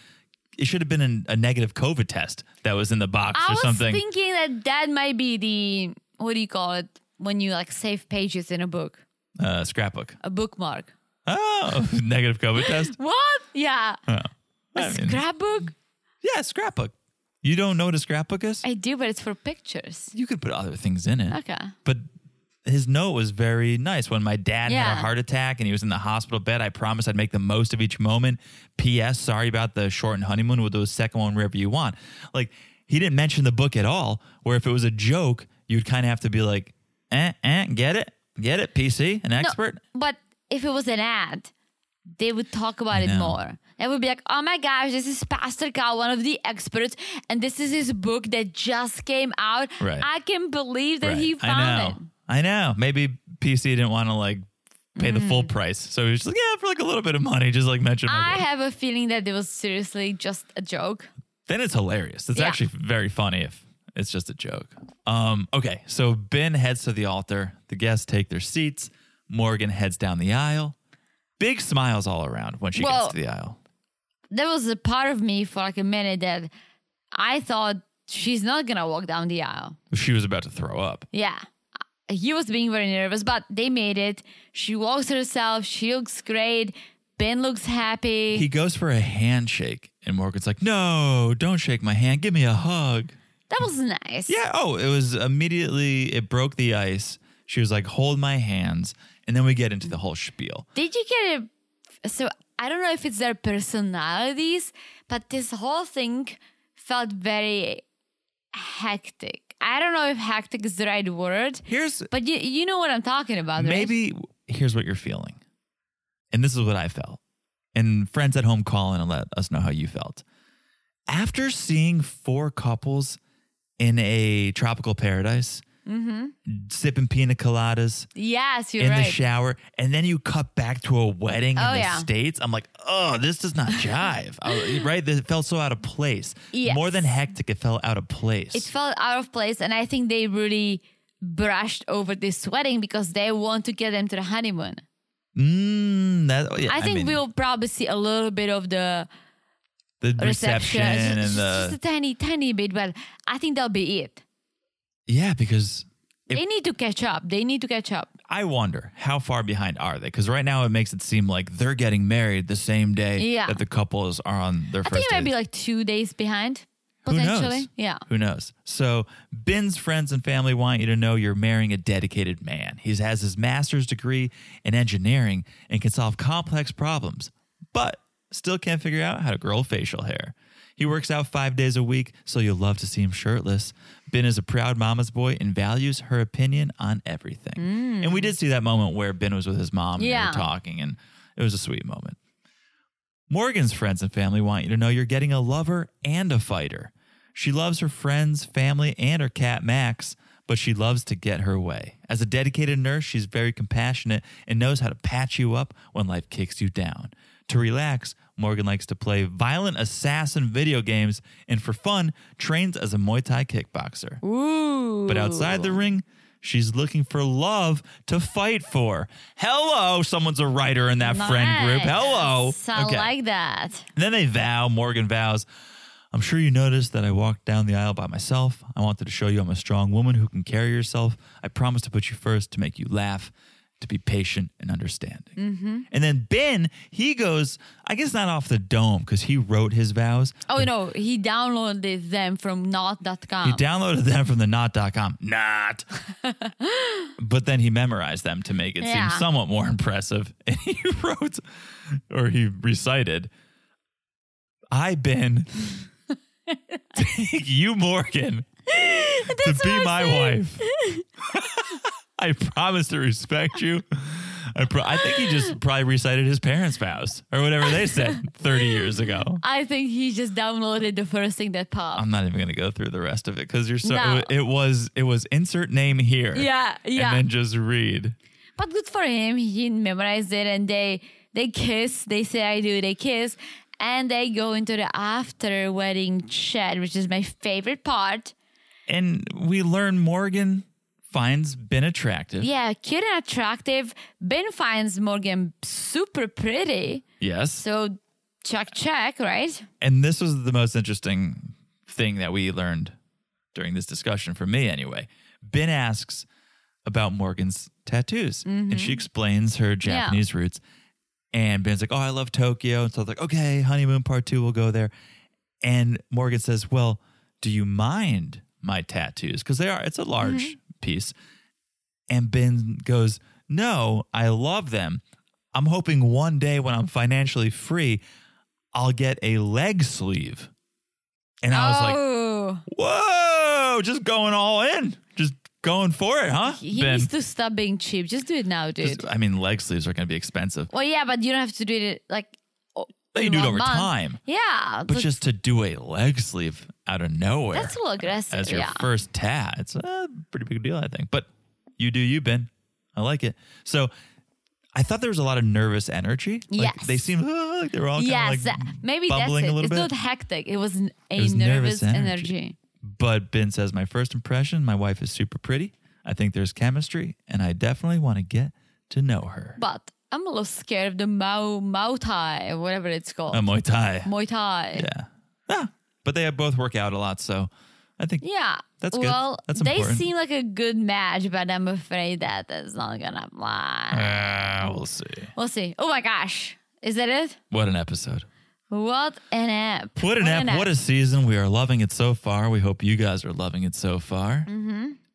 It should have been an, a negative COVID test that was in the box I or was something. thinking that that might be the what do you call it when you like save pages in a book, uh, scrapbook. a bookmark. Oh, negative COVID test. What? Yeah. I A mean, scrapbook? yeah, scrapbook. You don't know what a scrapbook is? I do, but it's for pictures. you could put other things in it. Okay. But his note was very nice. When my dad Yeah. had a heart attack and he was in the hospital bed, I promised I'd make the most of each moment. P.S. Sorry about the shortened honeymoon. We'll do a second one wherever you want. Like he didn't mention the book at all. Where if it was a joke, you'd kind of have to be like, eh, eh, get it, get it, PC, an No, expert. but if it was an ad, they would talk about it know. more. It would be like, oh my gosh, this is Pastor Cow, one of the experts, and this is his book that just came out. Right. I can believe that Right. he I found know. it. I know. Maybe PC didn't want to like pay the full price, so he was just like, yeah, for like a little bit of money, just like mention. my Mm. I book. have a feeling that it was seriously just a joke. then it's hilarious. It's Yeah. actually very funny if it's just a joke. Um, okay, so Ben heads to the altar. The guests take their seats. Morgan heads down the aisle. Big smiles all around when she Well- gets to the aisle. There was a part of me for like a minute that I thought she's not gonna walk down the aisle. She was about to throw up. Yeah. He was being very nervous, but they made it. She walks herself. She looks great. Ben looks happy. He goes for a handshake, and Morgan's like, "No, don't shake my hand. Give me a hug." that was nice. Yeah. Oh, it was immediately. It broke the ice. She was like, "Hold my hands," and then we get into the whole spiel. Did you get it? So I don't know if it's their personalities, but this whole thing felt very hectic. I don't know if hectic is the right word, Here's but you you know what I'm talking about, right? Maybe here's what you're feeling. And this is what I felt. And friends at home call in and let us know how you felt. after seeing four couples in a tropical paradise, sipping pina coladas Yes, Mm-hmm. you're in right. the shower, and then you cut back to a wedding Oh, in the yeah. States, I'm like, oh, this does not jive. I was- right? This- It felt so out of place. Yes. More than hectic, it felt out of place. it felt out of place, and I think they really brushed over this wedding because they want to get them to the honeymoon. mm, that, oh, yeah, I think mean, we'll probably see a little bit of the the reception, reception and just, the just a tiny, tiny bit, but I think that'll be it. yeah, because If- they need to catch up. They need to catch up. I wonder how far behind are they? Because right now it makes it seem like they're getting married the same day Yeah. that the couples are on their I first. think it might be dates. like two days behind, Who knows? potentially. Yeah. Who knows? So, Ben's friends and family want you to know you're marrying a dedicated man. He has his master's degree in engineering and can solve complex problems, but still can't figure out how to grow facial hair. He works out five days a week, so you'll love to see him shirtless. Ben is a proud mama's boy and values her opinion on everything. And we did see that moment where Ben was with his mom Mm. Yeah. and they were talking, and it was a sweet moment. Morgan's friends and family want you to know you're getting a lover and a fighter. She loves her friends, family, and her cat Max, but she loves to get her way. As a dedicated nurse, she's very compassionate and knows how to patch you up when life kicks you down. To relax, Morgan likes to play violent assassin video games and for fun trains as a Muay Thai kickboxer. Ooh. But outside the ring, she's looking for love to fight for. Hello, someone's a writer in that friend group. Nice. Hello. I like that. And then they vow, Morgan vows, I'm sure you noticed that I walked down the aisle by myself. I wanted to show you I'm a strong woman who can carry herself. I promised to put you first, to make you laugh, to be patient and understanding. And then Ben, he goes, I guess not off the dome because he wrote his vows. Oh, no. He downloaded them from He not.com. downloaded them from the not.com. Not. but then he memorized them to make it Yeah. seem somewhat more impressive. And he wrote, or he recited, I been take you, Morgan, to be my wife. I promise to respect you. I, pro- I think he just probably recited his parents' vows or whatever they said 30 years ago. I think he just downloaded the first thing that popped. I'm not even gonna go through the rest of it because you're so. No. It, was it was insert name here. yeah, yeah. And then just read. but good for him. He memorized it and they they kiss. They say I do. They kiss. And they go into the after wedding chat, which is my favorite part. And we learn Morgan finds Ben attractive. Yeah, cute and attractive. Ben finds Morgan super pretty. Yes. So check, check, right? and this was the most interesting thing that we learned during this discussion for me anyway. Ben asks about Morgan's tattoos and she explains her Japanese roots. And Ben's like, Oh, I love Tokyo. And so I was like, Okay, honeymoon part two, we'll go there. And Morgan says, Well, do you mind my tattoos? Because they are, it's a large piece. And Ben goes, No, I love them. I'm hoping one day when I'm financially free, I'll get a leg sleeve. And I was like, oh, Whoa, just going all in, just going for it, huh? he Ben? needs to stop being cheap. Just do it now, dude. Just- I mean, leg sleeves are going to be expensive. well, yeah, but you don't have to do it like. o- They in do it one over month. time. Yeah, But so just to do a leg sleeve out of nowhere that's a little aggressive. as your yeah. first tat, it's a pretty big deal, I think. But you do you, Ben. I like it. So I thought there was a lot of nervous energy. Like, Yes. They seem ah, like they were all yes, kind of uh, like maybe that's bubbling it. a it's little bit. not hectic. It was n- a was nervous, nervous energy. energy. But Ben says, My first impression, my wife is super pretty. I think there's chemistry, and I definitely want to get to know her. But I'm a little scared of the Mao Mao Thai, whatever it's called, A Muay Thai. Muay Thai. Um, yeah. Ah, but they both work out a lot, so I think Yeah. That's good. well, That's they important. seem like a good match, but I'm afraid that that's not gonna fly. Ah, we'll see. We'll see. Oh my gosh, is that it? What an episode. What an app! What an app. What a season. We are loving it so far. We hope you guys are loving it so far.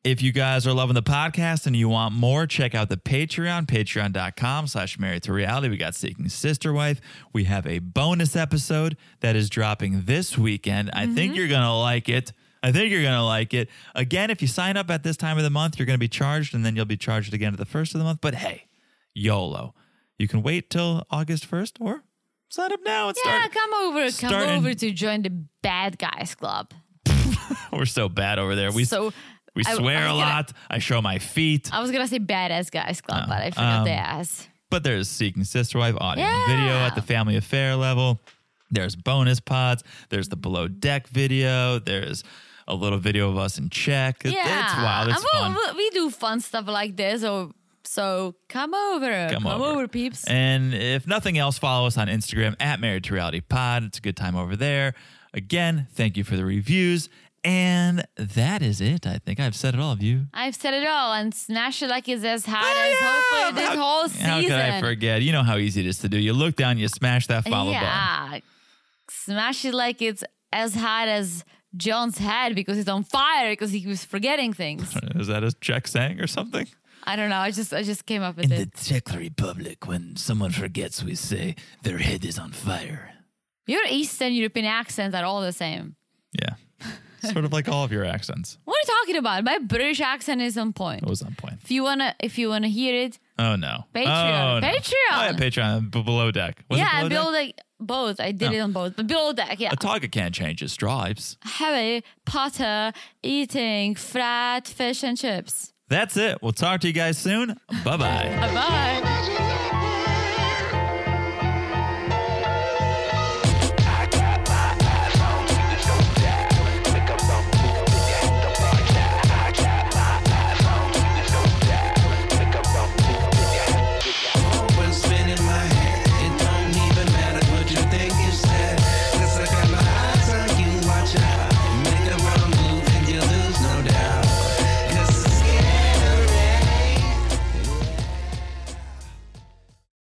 If you guys are loving the podcast and you want more, check out the Patreon, patreon.com slash married to reality. We got Seeking Sister Wife. We have a bonus episode that is dropping this weekend. I think you're going to like it. I think you're going to like it. Again, if you sign up at this time of the month, you're going to be charged and then you'll be charged again at the first of the month. But hey, YOLO. You can wait till August 1st or Sign up now and Yeah, start. come over. Come start in- over to join the bad guys club. We're so bad over there. We so we I- I swear was a gonna- Uh, lot. I show my feet. I was gonna say badass guys Oh. club, but I forgot the Um, ass. But there's Seeking Sister Wife audio and video Yeah. at the Family Affair level. There's bonus pods. There's the below deck video. There's a little video of us in check. It- Yeah, It's wild. It's And we'll- fun. we'll- We, do fun stuff like this. Or so come over, Come over. over. peeps. And if nothing else, follow us on Instagram at Married to Reality Pod. It's a good time over there. Again, thank you for the reviews. And that is it. I think I've said it all of you. I've said it all, and Snash Like is as hot as yeah. hopefully this whole season. How could I forget? You know how easy it is to do. You look down, you smash that follow button. yeah, Smash It Like it's as hot as John's head because it's on fire because he was forgetting things. Is that a check saying or something? I don't know. I just I just came up with In it. the Czech Republic, when someone forgets, we say their head is on fire. Your Eastern European accents are all the same. Yeah. sort of like all of your accents. What are you talking about? My British accent is on point. That was on point. If you wanna, if you wanna hear it, Oh, no. Patreon. Oh, no. Patreon. Oh, yeah, Patreon. B- below deck. Was it yeah, and below below deck? deck both. I did No. it on both, but below deck, yeah. A tiger can't change his stripes. Harry Potter eating fried fish and chips. That's it. We'll talk to you guys soon. Bye bye. Bye bye.